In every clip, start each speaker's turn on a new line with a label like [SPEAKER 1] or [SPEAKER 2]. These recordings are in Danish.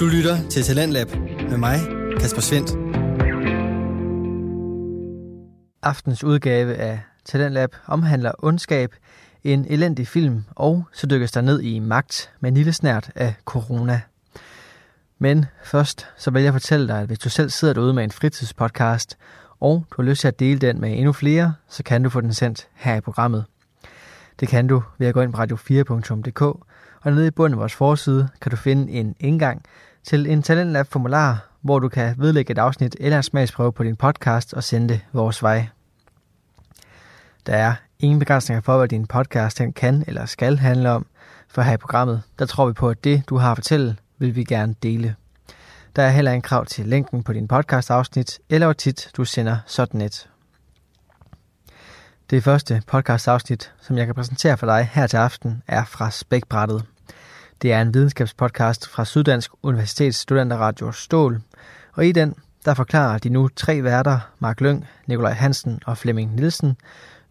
[SPEAKER 1] Du lytter til Talentlab med mig, Kasper Svendt.
[SPEAKER 2] Aftens udgave af Talentlab omhandler ondskab, en elendig film, og så dykkes der ned i magt med en lille snært af corona. Men først så vil jeg fortælle dig, at hvis du selv sidder derude med en fritidspodcast, og du har lyst til at dele den med endnu flere, så kan du få den sendt her i programmet. Det kan du ved at gå ind på radio4.dk, og nede i bunden af vores forside kan du finde en indgang til en Talentlab-formular, hvor du kan vedlægge et afsnit eller en smagsprøve på din podcast og sende det vores vej. Der er ingen begrænsninger for, hvad din podcast den kan eller skal handle om, for her i programmet, der tror vi på, at det, du har at fortælle, vil vi gerne dele. Der er heller en krav til længden på din podcast-afsnit, eller hvor tit du sender sådan et. Det første podcast-afsnit, som jeg kan præsentere for dig her til aften, er fra Spækbrættet. Det er en videnskabspodcast fra Syddansk Universitets Studenterradio Stål, og i den der forklarer de nu tre værter, Mark Lyng, Nikolaj Hansen og Flemming Nielsen,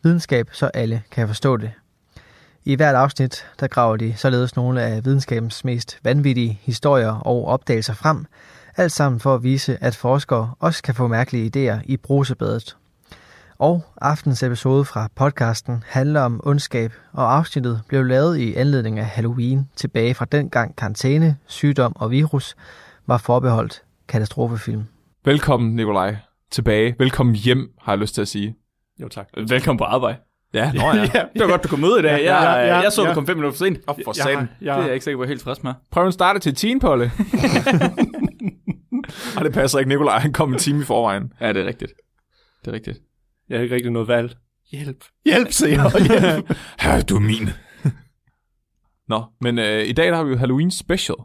[SPEAKER 2] videnskab, så alle kan forstå det. I hvert afsnit, der graver de således nogle af videnskabens mest vanvittige historier og opdagelser frem, alt sammen for at vise, at forskere også kan få mærkelige idéer i brusebadet. Og aftens episode fra podcasten handler om ondskab, og afsnittet blev lavet i anledning af Halloween tilbage fra dengang karantæne, sygdom og virus var forbeholdt katastrofefilm.
[SPEAKER 3] Velkommen, Nikolaj, tilbage. Velkommen hjem, har jeg lyst til at sige.
[SPEAKER 4] Jo tak. Velkommen på arbejde.
[SPEAKER 3] Ja, nå
[SPEAKER 4] ja. Det var godt, du kom med i dag. Jeg,
[SPEAKER 3] Ja, ja, ja,
[SPEAKER 4] jeg så,
[SPEAKER 3] ja.
[SPEAKER 4] du kom fem minutter for sent.
[SPEAKER 3] Op for
[SPEAKER 4] Jeg-
[SPEAKER 3] satan.
[SPEAKER 4] Jeg, jeg, det er jeg ikke sikker på, jeg er helt frisk med.
[SPEAKER 3] Prøv at starte til 10, Polle. Og det passer ikke, Nikolaj. Han kom en time i forvejen.
[SPEAKER 4] Ja, det er rigtigt. Det er rigtigt.
[SPEAKER 5] Jeg har ikke rigtig noget valg.
[SPEAKER 3] Hjælp. Hjælp, se Hjælp. Her, du er min. Nå, men øh, i dag der har vi jo Halloween special.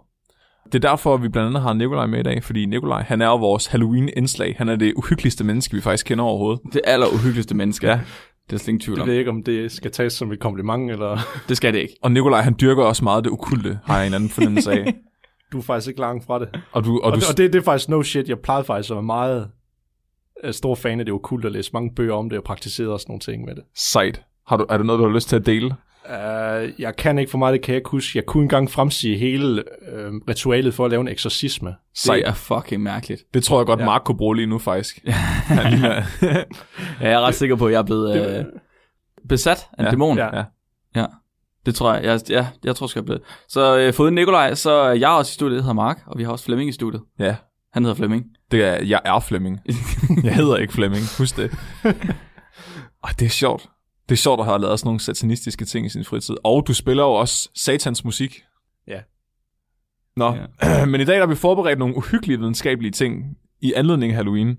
[SPEAKER 3] Det er derfor, vi blandt andet har Nikolaj med i dag, fordi Nikolaj, han er jo vores Halloween-indslag. Han er det uhyggeligste menneske, vi faktisk kender overhovedet.
[SPEAKER 4] Det aller uhyggeligste menneske.
[SPEAKER 3] Ja.
[SPEAKER 4] Det er slet ingen tvivl
[SPEAKER 5] Jeg
[SPEAKER 4] om.
[SPEAKER 5] ved ikke, om det skal tages som et kompliment, eller
[SPEAKER 4] Det skal det ikke.
[SPEAKER 3] Og Nikolaj, han dyrker også meget det okulte, har jeg en anden fornemmelse af.
[SPEAKER 5] du er faktisk ikke langt fra det. Og,
[SPEAKER 3] Og du, og du,
[SPEAKER 5] det, og det, det er faktisk no shit. Jeg plejede faktisk at være meget øh, stor fan af det okult, og læse mange bøger om det, og praktiserede også nogle ting med det.
[SPEAKER 3] sejt. Har du, er det noget, du har lyst til at dele?
[SPEAKER 5] Uh, jeg kan ikke for meget, det kan jeg ikke huske. Jeg kunne engang fremsige hele øh, ritualet for at lave en eksorcisme.
[SPEAKER 3] Sejt.
[SPEAKER 4] Det er fucking mærkeligt.
[SPEAKER 3] Det tror jeg godt, ja. Mark kunne bruge lige nu, faktisk. Han ligner-
[SPEAKER 4] Ja, jeg er ret sikker på, at jeg er blevet øh, besat af en
[SPEAKER 3] Ja,
[SPEAKER 4] dæmon.
[SPEAKER 5] ja.
[SPEAKER 3] Ja.
[SPEAKER 4] ja. Det tror jeg. Jeg, ja, jeg tror, sgu, jeg er blevet. Så øh, foruden Nikolaj, så er jeg også i studiet. Jeg hedder Mark, og vi har også Flemming i studiet.
[SPEAKER 3] ja,
[SPEAKER 4] Han hedder Flemming.
[SPEAKER 3] det er, jeg er Flemming. Jeg hedder ikke Flemming, husk det. Og det er sjovt. Det er sjovt at have lavet sådan nogle satanistiske ting i sin fritid. Og du spiller jo også satans musik.
[SPEAKER 5] Ja.
[SPEAKER 3] Nå, ja. men i dag har vi forberedt nogle uhyggelige videnskabelige ting i anledning af Halloween.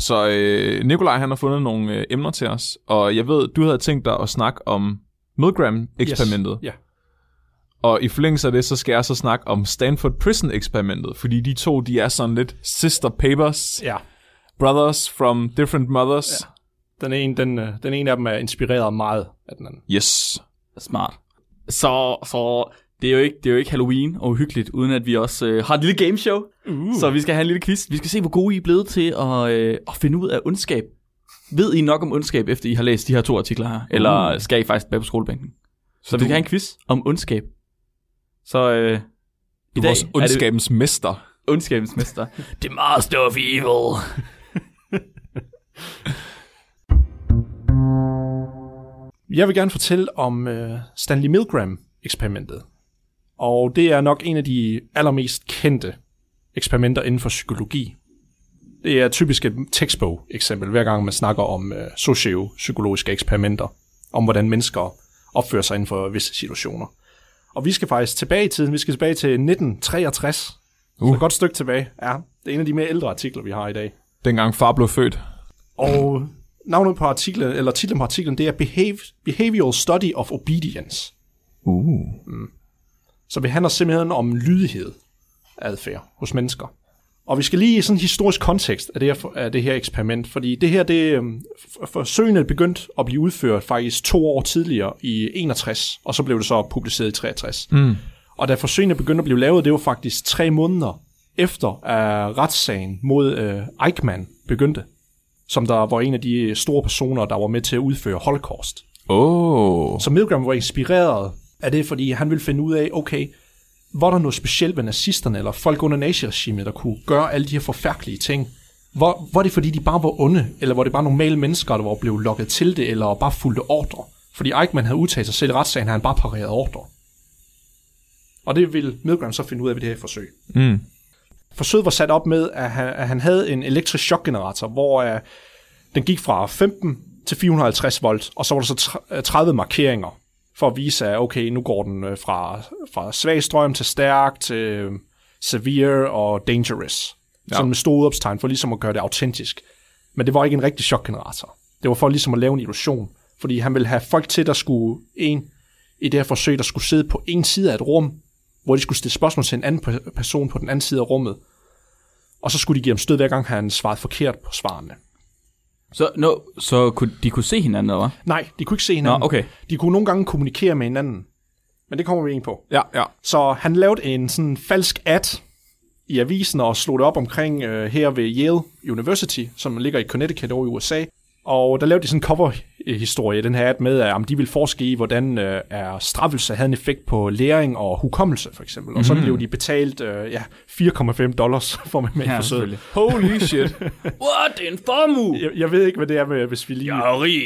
[SPEAKER 3] Så øh, Nikolaj han har fundet nogle øh, emner til os, og jeg ved, du havde tænkt dig at snakke om Milgram-eksperimentet.
[SPEAKER 5] Yes. Ja.
[SPEAKER 3] Og i forlængelse af det, så skal jeg så snakke om Stanford Prison-eksperimentet, fordi de to, de er sådan lidt sister papers,
[SPEAKER 5] ja.
[SPEAKER 3] brothers from different mothers.
[SPEAKER 5] Den ene, den, øh, den ene af dem er inspireret meget af den anden.
[SPEAKER 3] Ja. Yes.
[SPEAKER 4] Smart. Så, så det, er jo ikke, det er jo ikke Halloween og uhyggeligt, uden at vi også øh, har et lille gameshow. Uh. Så vi skal have en lille quiz. Vi skal se, hvor gode I er blevet til at, øh, at finde ud af ondskab. Ved I nok om ondskab, efter I har læst de her to artikler her? Eller skal I faktisk tilbage på skolebænken? Uh. Så, så vi
[SPEAKER 3] du-
[SPEAKER 4] skal have en quiz om ondskab. Så øh, i dag
[SPEAKER 3] Vores
[SPEAKER 4] er det
[SPEAKER 3] ondskabens mester.
[SPEAKER 4] ondskabens mester. The master of evil.
[SPEAKER 5] Jeg vil gerne fortælle om øh, Stanley Milgram-eksperimentet. Og det er nok en af de allermest kendte eksperimenter inden for psykologi. Det er typisk et tekstbog eksempel, hver gang man snakker om øh, sociopsykologiske eksperimenter, om hvordan mennesker opfører sig inden for visse situationer. Og vi skal faktisk tilbage i tiden, vi skal tilbage til 1963, uh. så et godt stykke tilbage. Ja, det er en af de mere ældre artikler, vi har i dag.
[SPEAKER 3] Dengang far blev født.
[SPEAKER 5] Og navnet på artiklen, eller titlen på artiklen, det er Behave- Behavioral Study of Obedience. Mm.
[SPEAKER 3] Uh.
[SPEAKER 5] Så det handler simpelthen om lydighed adfærd hos mennesker. Og vi skal lige i sådan en historisk kontekst af det her, af det her eksperiment, fordi det her, det, øhm, f- forsøgene begyndte at blive udført faktisk to år tidligere i 61, og så blev det så publiceret i 63. Mm. Og da forsøgene begyndte at blive lavet, det var faktisk tre måneder efter at retssagen mod øh, Eichmann begyndte, som der var en af de store personer, der var med til at udføre Holocaust.
[SPEAKER 3] Oh.
[SPEAKER 5] Så Milgram var inspireret af det, fordi han ville finde ud af, okay, var der noget specielt ved nazisterne, eller folk under naziregimet, der kunne gøre alle de her forfærdelige ting? Var, var det fordi, de bare var onde, eller var det bare normale mennesker, der var blevet lokket til det, eller bare fulgte ordre? Fordi Eichmann havde udtalt sig selv i retssagen, at han bare parerede ordre. Og det ville Milgram så finde ud af ved det her forsøg.
[SPEAKER 3] Mm.
[SPEAKER 5] Forsøget var sat op med, at han, at han havde en elektrisk chokgenerator, hvor uh, den gik fra 15 til 450 volt, og så var der så tr- øh, 30 markeringer, for at vise, at okay, nu går den øh, fra, fra svag strøm til stærk til øh, severe og dangerous. Ja. Sådan med store udopstegn, for ligesom at gøre det autentisk. Men det var ikke en rigtig chokgenerator. Det var for ligesom at lave en illusion, fordi han ville have folk til, der skulle en i det her forsøg, der skulle sidde på en side af et rum, hvor de skulle stille spørgsmål til en anden pe- person på den anden side af rummet. Og så skulle de give ham stød, hver gang han svarede forkert på svarene.
[SPEAKER 4] Så, no, så kunne, de kunne se hinanden, eller hvad?
[SPEAKER 5] Nej, de kunne ikke se hinanden.
[SPEAKER 4] Nå, okay.
[SPEAKER 5] De kunne nogle gange kommunikere med hinanden. Men det kommer vi ind på.
[SPEAKER 3] Ja, ja.
[SPEAKER 5] Så han lavede en sådan falsk ad i avisen og slog det op omkring øh, her ved Yale University, som ligger i Connecticut over i USA. Og der lavede de sådan en cover-historie i den her ad med, at om de ville forske i, hvordan øh, er straffelse havde en effekt på læring og hukommelse, for eksempel. Og så
[SPEAKER 4] Mhm.
[SPEAKER 5] blev de betalt øh, ja, 4,5 dollars for at være med i
[SPEAKER 4] Ja,
[SPEAKER 5] forsøget.
[SPEAKER 4] selvfølgelig.
[SPEAKER 3] Holy shit.
[SPEAKER 4] What, det er en formue!
[SPEAKER 5] Jeg, jeg ved ikke, hvad det er med, hvis vi lige...
[SPEAKER 4] Jeg er rig.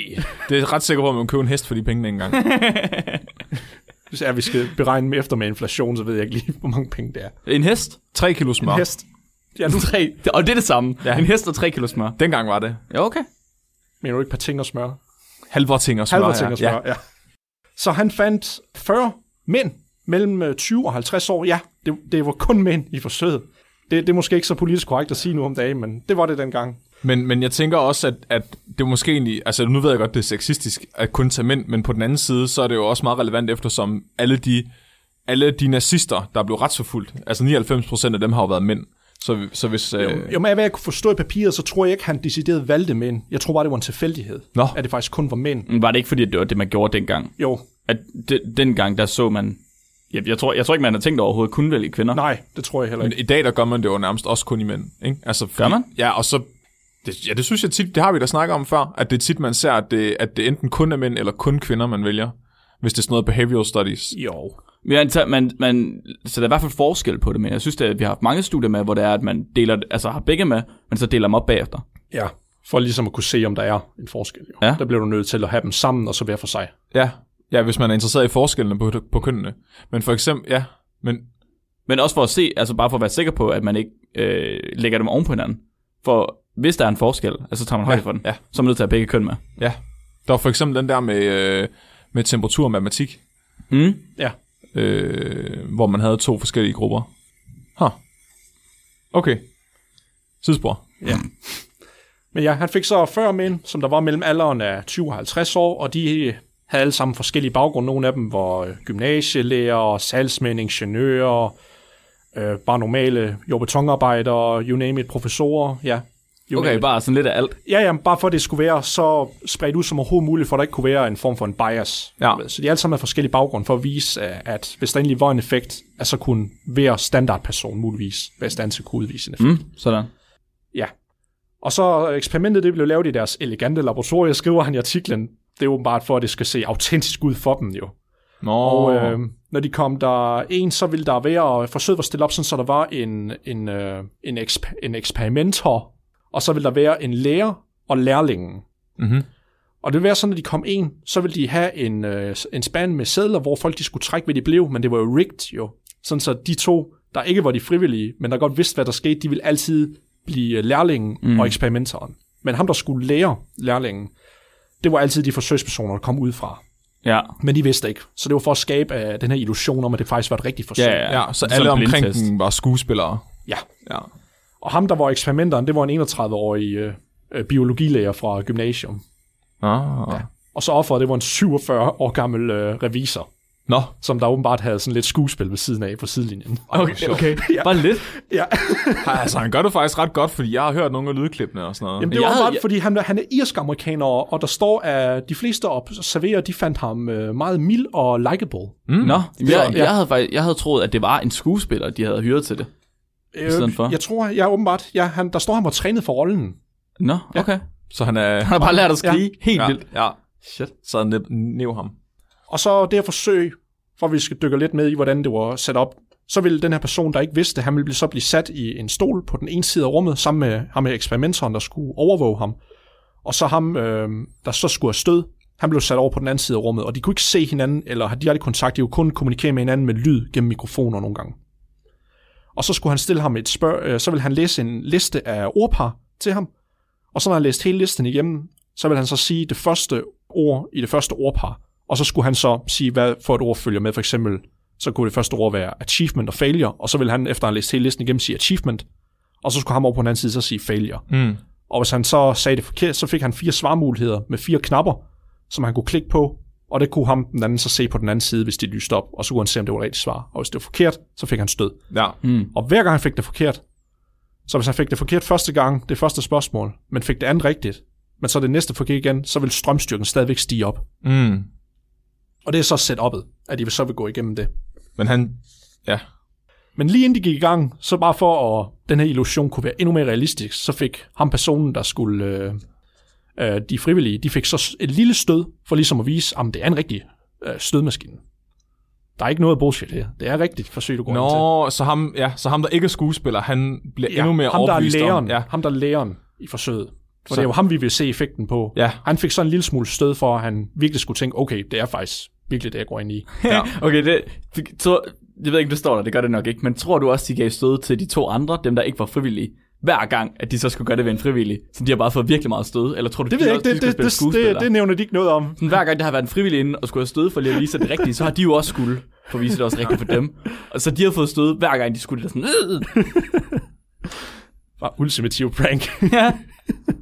[SPEAKER 3] det er jeg ret sikker på, at man køber en hest for de penge dengang.
[SPEAKER 5] Hvis er, vi skal beregne med efter med inflation, så ved jeg ikke lige, hvor mange penge det er.
[SPEAKER 4] En hest?
[SPEAKER 3] 3 kilo smør.
[SPEAKER 5] En hest. Ja, nu
[SPEAKER 4] Tre. Og det er det samme. Ja. En hest og tre kilo smør.
[SPEAKER 3] Dengang var det.
[SPEAKER 4] Ja, okay.
[SPEAKER 5] mener du ikke par ting og smør.
[SPEAKER 3] Halvorting og smør.
[SPEAKER 5] Halverting og
[SPEAKER 3] ja.
[SPEAKER 5] smør, ja. ja. Så han fandt 40 mænd mellem øh, 20 og 50 år. Ja, det, det var kun mænd i forsøget. Det, det er måske ikke så politisk korrekt at sige nu om dagen, men det var det dengang.
[SPEAKER 3] Men, men jeg tænker også, at, at det er måske egentlig... Altså, nu ved jeg godt, det er sexistisk at kun tage mænd, men på den anden side, så er det jo også meget relevant, eftersom alle de, alle de nazister, der blev retsforfulgt, altså 99 procent af dem har jo været mænd. Så, så hvis... Øh,
[SPEAKER 5] Jo, men af hvad jeg kunne forstå i papiret, så tror jeg ikke, han decideret valgte mænd. Jeg tror bare, det var en tilfældighed,
[SPEAKER 3] Nå.
[SPEAKER 5] at det faktisk kun var mænd.
[SPEAKER 4] Men Var det ikke fordi, at det var det, man gjorde dengang?
[SPEAKER 5] Jo,
[SPEAKER 4] At de, dengang, der så man... Jeg, jeg, tror, jeg tror ikke, man har tænkt overhovedet kun vælge kvinder.
[SPEAKER 5] nej, det tror jeg heller
[SPEAKER 3] Men
[SPEAKER 5] ikke.
[SPEAKER 3] i dag, der gør man det jo nærmest også kun i mænd, ikke? Altså, fordi,
[SPEAKER 4] Gør man?
[SPEAKER 3] Ja, og så... Det, ja, det synes jeg tit, det har vi da snakket om før, at det er tit, man ser, at det, at det enten kun er mænd eller kun kvinder, man vælger. Hvis det er sådan noget behavioral studies.
[SPEAKER 5] Jo.
[SPEAKER 4] Ja, altså, man, man, så der er i hvert fald forskel på det, men jeg synes, at vi har haft mange studier med, hvor det er, at man deler, altså har begge med, men så deler dem op bagefter.
[SPEAKER 5] Ja, for ligesom at kunne se, om der er en forskel. Jo.
[SPEAKER 4] Ja.
[SPEAKER 5] Der bliver du nødt til at have dem sammen, og så hver for sig.
[SPEAKER 3] Ja, ja hvis man er interesseret i forskellene på, på kønnene. Men for eksempel, ja, men
[SPEAKER 4] Men også for at se, altså bare for at være sikker på, at man ikke øh, lægger dem oven på hinanden. For hvis der er en forskel, altså så tager man højde for den,
[SPEAKER 3] ja.
[SPEAKER 4] så er man nødt til at have begge køn med.
[SPEAKER 3] ja. Der var for eksempel den der med, øh, med temperatur og matematik,
[SPEAKER 4] Mm.
[SPEAKER 5] Ja,
[SPEAKER 3] øh, hvor man havde to forskellige grupper. Huh. Okay. Sidespor.
[SPEAKER 5] Men ja, han fik så 40 mænd, som der var mellem alderen af 20 og 50 år, og de havde alle sammen forskellige baggrunde. Nogle af dem var øh, gymnasielærer, salgsmænd, ingeniører, øh, bare normale jordbetonarbejdere, you name it, professorer, ja. You name
[SPEAKER 4] Okay,
[SPEAKER 5] it.
[SPEAKER 4] bare sådan lidt af alt.
[SPEAKER 5] Ja, ja, bare for at det skulle være så spredt ud som overhovedet muligt, for at der ikke kunne være en form for en bias.
[SPEAKER 3] Ja.
[SPEAKER 5] Så de alle sammen havde forskellige baggrunde for at vise, øh, at hvis der egentlig var en effekt, at så kunne hver standardperson muligvis være i stand til at kunne udvise en effekt.
[SPEAKER 4] Mm. Sådan.
[SPEAKER 5] Ja. Og så eksperimentet, det blev lavet i deres elegante laboratorie, skriver han i artiklen. Det er åbenbart for, at det skal se autentisk ud for dem jo.
[SPEAKER 3] Nå,
[SPEAKER 5] Og øh, når de kom der en, så ville der være, og forsøget var stillet op, sådan, så der var en, en, øh, en, eksp- en eksperimenter, og så ville der være en lærer og lærlingen.
[SPEAKER 3] Mhm.
[SPEAKER 5] Og det ville være sådan, at de kom en, så ville de have en, øh, en spand med sædler, hvor folk de skulle trække, hvad de blev, men det var jo rigged jo. Sådan så de to, der ikke var de frivillige, men der godt vidste, hvad der skete, de ville altid blive lærlingen
[SPEAKER 3] Mhm.
[SPEAKER 5] mm. og eksperimenteren. Men ham, der skulle lære lærlingen, det var altid de forsøgspersoner, der kom ud fra.
[SPEAKER 4] Ja.
[SPEAKER 5] Men de vidste ikke. Så det var for at skabe uh, den her illusion om, at det faktisk var et rigtigt forsøg.
[SPEAKER 4] Ja, ja,
[SPEAKER 3] ja, så
[SPEAKER 4] Sådan
[SPEAKER 3] alle
[SPEAKER 4] en
[SPEAKER 3] omkring
[SPEAKER 4] blindtest.
[SPEAKER 3] den var skuespillere.
[SPEAKER 5] ja.
[SPEAKER 3] Ja.
[SPEAKER 5] Og ham, der var eksperimenteren, det var en 31-årig uh, biologilærer fra gymnasium.
[SPEAKER 3] Ah. Ja.
[SPEAKER 5] Og så offeret, det var en 47 år gammel uh, revisor,
[SPEAKER 3] Nå,
[SPEAKER 5] som der åbenbart havde sådan lidt skuespil ved siden af på sidelinjen.
[SPEAKER 3] okay, okay.
[SPEAKER 4] Ja. Bare lidt.
[SPEAKER 5] ja.
[SPEAKER 3] altså, han gør det faktisk ret godt, fordi jeg har hørt nogle af lydklippene og sådan noget. Jamen,
[SPEAKER 5] Jamen, det var
[SPEAKER 4] Jeg havde-
[SPEAKER 5] åbenbart,
[SPEAKER 4] jeg-
[SPEAKER 5] fordi han, han er irsk amerikaner, og der står, at de fleste op serverer, de fandt ham uh, meget mild og likable.
[SPEAKER 4] Mm. Nå, jeg,
[SPEAKER 5] ja.
[SPEAKER 4] jeg, havde faktisk, jeg havde troet, at det var en skuespiller, de havde hyret til det.
[SPEAKER 5] Øh,
[SPEAKER 4] stedet for?
[SPEAKER 5] Jeg tror, jeg åbenbart, ja, han, der står, han var trænet for rollen.
[SPEAKER 4] Nå, okay.
[SPEAKER 3] så han er...
[SPEAKER 4] Han har bare lært at skrige ja. helt
[SPEAKER 3] ja,
[SPEAKER 4] vildt.
[SPEAKER 3] ja.
[SPEAKER 4] Shit.
[SPEAKER 3] Så han næv ham.
[SPEAKER 5] Og så det her forsøg, for at vi skal dykke lidt med i, hvordan det var sat op. så vil den her person, der ikke vidste det, han ville så blive sat i en stol på den ene side af rummet, sammen med ham med eksperimentoren, der skulle overvåge ham. Og så ham, øh, der så skulle have stød, han blev sat over på den anden side af rummet, og de kunne ikke se hinanden, eller de aldrig kontakt, de kunne kun kommunikere med hinanden med lyd gennem mikrofoner nogle gange. Og så skulle han stille ham et spørg, øh, så ville han læse en liste af ordpar til ham, og så når han læst hele listen igennem, så vil han så sige det første ord i det første ordpar, og så skulle han så sige, hvad for et ord følger med, for eksempel, så kunne det første ord være achievement og failure, og så ville han, efter han læst hele listen igennem, sige achievement, og så skulle ham over på den anden side så sige failure.
[SPEAKER 3] Mm.
[SPEAKER 5] Og hvis han så sagde det forkert, så fik han fire svarmuligheder med fire knapper, som han kunne klikke på, og det kunne ham den anden så se på den anden side, hvis det lyste op, og så kunne han se, om det var rigtigt svar. Og hvis det var forkert, så fik han stød.
[SPEAKER 3] Ja.
[SPEAKER 4] Mm.
[SPEAKER 5] Og hver gang han fik det forkert, så hvis han fik det forkert første gang, det første spørgsmål, men fik det andet rigtigt, men så det næste forkert igen, så vil strømstyrken stadigvæk stige op.
[SPEAKER 3] Mm.
[SPEAKER 5] Og det er så setup'et, at de vil så vil gå igennem det.
[SPEAKER 3] Men han... Ja.
[SPEAKER 5] Men lige inden de gik i gang, så bare for at den her illusion kunne være endnu mere realistisk, så fik ham personen, der skulle... Øh, øh, de frivillige, de fik så s- et lille stød, for ligesom at vise, at det er en rigtig øh, stødmaskine. Der er ikke noget bullshit her. Det er rigtigt forsøg, du går ind til.
[SPEAKER 3] Nå, så ham, ja, så ham, der ikke er skuespiller, han bliver endnu mere
[SPEAKER 5] ham, der er
[SPEAKER 3] overbevist
[SPEAKER 5] læreren,
[SPEAKER 3] om... Ja.
[SPEAKER 5] ham, der er læreren i forsøget.
[SPEAKER 3] Så-
[SPEAKER 5] For det er jo ham, vi vil se effekten på.
[SPEAKER 3] Ja.
[SPEAKER 5] Han fik så en lille smule stød for, at han virkelig skulle tænke, okay, det er faktisk virkelig det, jeg går ind i.
[SPEAKER 3] ja.
[SPEAKER 4] Okay, det, det- tror, jeg ved ikke, om det står der, det gør det nok ikke, men tror du også, de gav stød til de to andre, dem der ikke var frivillige, hver gang, at de så skulle gøre det ved en frivillig? Så de har bare fået virkelig meget stød, eller tror du,
[SPEAKER 5] Det ved
[SPEAKER 4] de
[SPEAKER 5] jeg
[SPEAKER 4] også,
[SPEAKER 5] ikke, det,
[SPEAKER 4] de
[SPEAKER 5] det, det,
[SPEAKER 4] skulle
[SPEAKER 5] det,
[SPEAKER 4] spille
[SPEAKER 5] det, det nævner de ikke noget om.
[SPEAKER 4] Sådan, hver gang der har været en frivillig inde og skulle have stød for lige at vise det rigtige, så har de jo også skulle, for at vise det også rigtigt for dem. Og så de har fået stød hver gang, de skulle det er sådan, øh,
[SPEAKER 5] Bare ultimativ prank.
[SPEAKER 4] ja.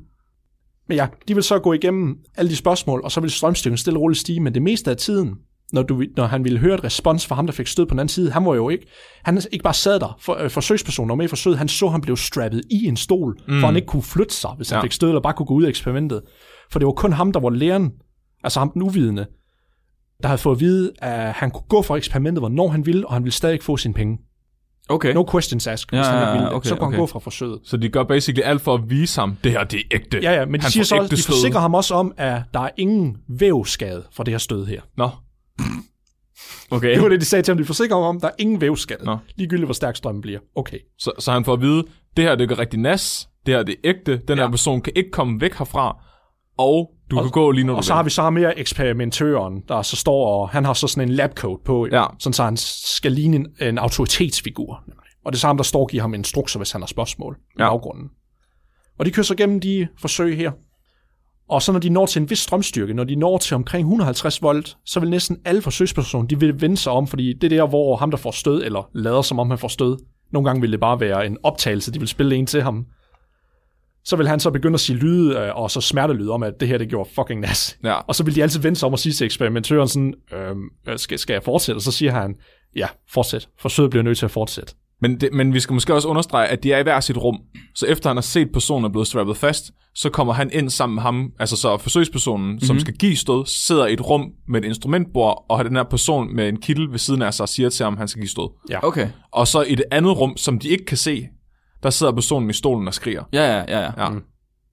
[SPEAKER 5] Men ja, de vil så gå igennem alle de spørgsmål, og så vil strømstyrken stille og roligt stige, men det meste af tiden, når, du, når han ville høre et respons fra ham, der fik stød på den anden side, han var jo ikke, han ikke bare sad der, for, øh, forsøgspersonen var med i forsøget, han så, han blev strappet i en stol, mm. for han ikke kunne flytte sig, hvis han
[SPEAKER 3] Ja.
[SPEAKER 5] ja. fik stød, eller bare kunne gå ud af eksperimentet. For det var kun ham, der var læreren, altså ham den uvidende, der havde fået at vide, at han kunne gå fra eksperimentet, hvornår han ville, og han ville stadig ikke få sine penge.
[SPEAKER 4] Okay.
[SPEAKER 5] No questions asked, hvis
[SPEAKER 4] Ja,
[SPEAKER 5] han
[SPEAKER 4] ja,
[SPEAKER 5] ikke ville.
[SPEAKER 4] ja,
[SPEAKER 5] det.
[SPEAKER 4] okay,
[SPEAKER 5] så kunne
[SPEAKER 4] okay.
[SPEAKER 5] han gå fra forsøget.
[SPEAKER 3] Så de gør basically alt for at vise ham, det her, det er ægte.
[SPEAKER 5] Ja, ja, men de,
[SPEAKER 3] Han
[SPEAKER 5] siger
[SPEAKER 3] får
[SPEAKER 5] så, også-
[SPEAKER 3] ægte
[SPEAKER 5] de
[SPEAKER 3] stød.
[SPEAKER 5] forsikrer ham også om, at der er ingen vævskade fra det her stød her.
[SPEAKER 3] Nå.
[SPEAKER 4] Okay.
[SPEAKER 5] Det var det, de sagde til ham. De forsikrer ham om, at der er ingen vævskade.
[SPEAKER 3] Nå.
[SPEAKER 5] Ligegyldigt, hvor stærk strømmen bliver. Okay.
[SPEAKER 3] Så, så han får at vide, det her, det gør rigtig nas. Det her, det er ægte. Den her person kan ikke komme væk herfra. Og du kan gå lige når du
[SPEAKER 5] Og så har vi så ham her eksperimentøren, der så står, og han har så sådan en labcoat på,
[SPEAKER 3] Ja.
[SPEAKER 5] sådan så han skal ligne en, en autoritetsfigur. Og det er så ham, der står og giver ham instrukser, hvis han har spørgsmål i
[SPEAKER 3] Ja.
[SPEAKER 5] baggrunden. Og de kører så gennem de forsøg her. Og så når de når til en vis strømstyrke, når de når til omkring 150 volt, så vil næsten alle forsøgspersoner, de vil vende sig om, fordi det er der, hvor ham, der får stød, eller lader som om han får stød. Nogle gange vil det bare være en optagelse, de vil spille en til ham. Så vil han så begynde at sige lyde, øh, og så smertelyde om, at det her, det gjorde fucking nas.
[SPEAKER 3] Ja.
[SPEAKER 5] Og så vil de altid vende sig om og sige til eksperimentøren sådan, øhm, øh, skal, skal jeg fortsætte? Og så siger han, ja, fortsæt. Forsøget bliver nødt til at fortsætte.
[SPEAKER 3] Men, det, men vi skal måske også understrege, at de er i hver sit rum. Så efter han har set personen er blevet strappet fast, så kommer han ind sammen med ham, altså så forsøgspersonen, mm-hmm.
[SPEAKER 4] Mhm.
[SPEAKER 3] som skal give stød, sidder i et rum med et instrumentbord, og har den her person med en kittel ved siden af sig og siger til ham, at han skal give stød.
[SPEAKER 4] Okay.
[SPEAKER 3] Og så i det andet rum, som de ikke kan se, der sidder personen i stolen og skriger.
[SPEAKER 4] Ja, ja, ja. ja.
[SPEAKER 3] Ja. Mm.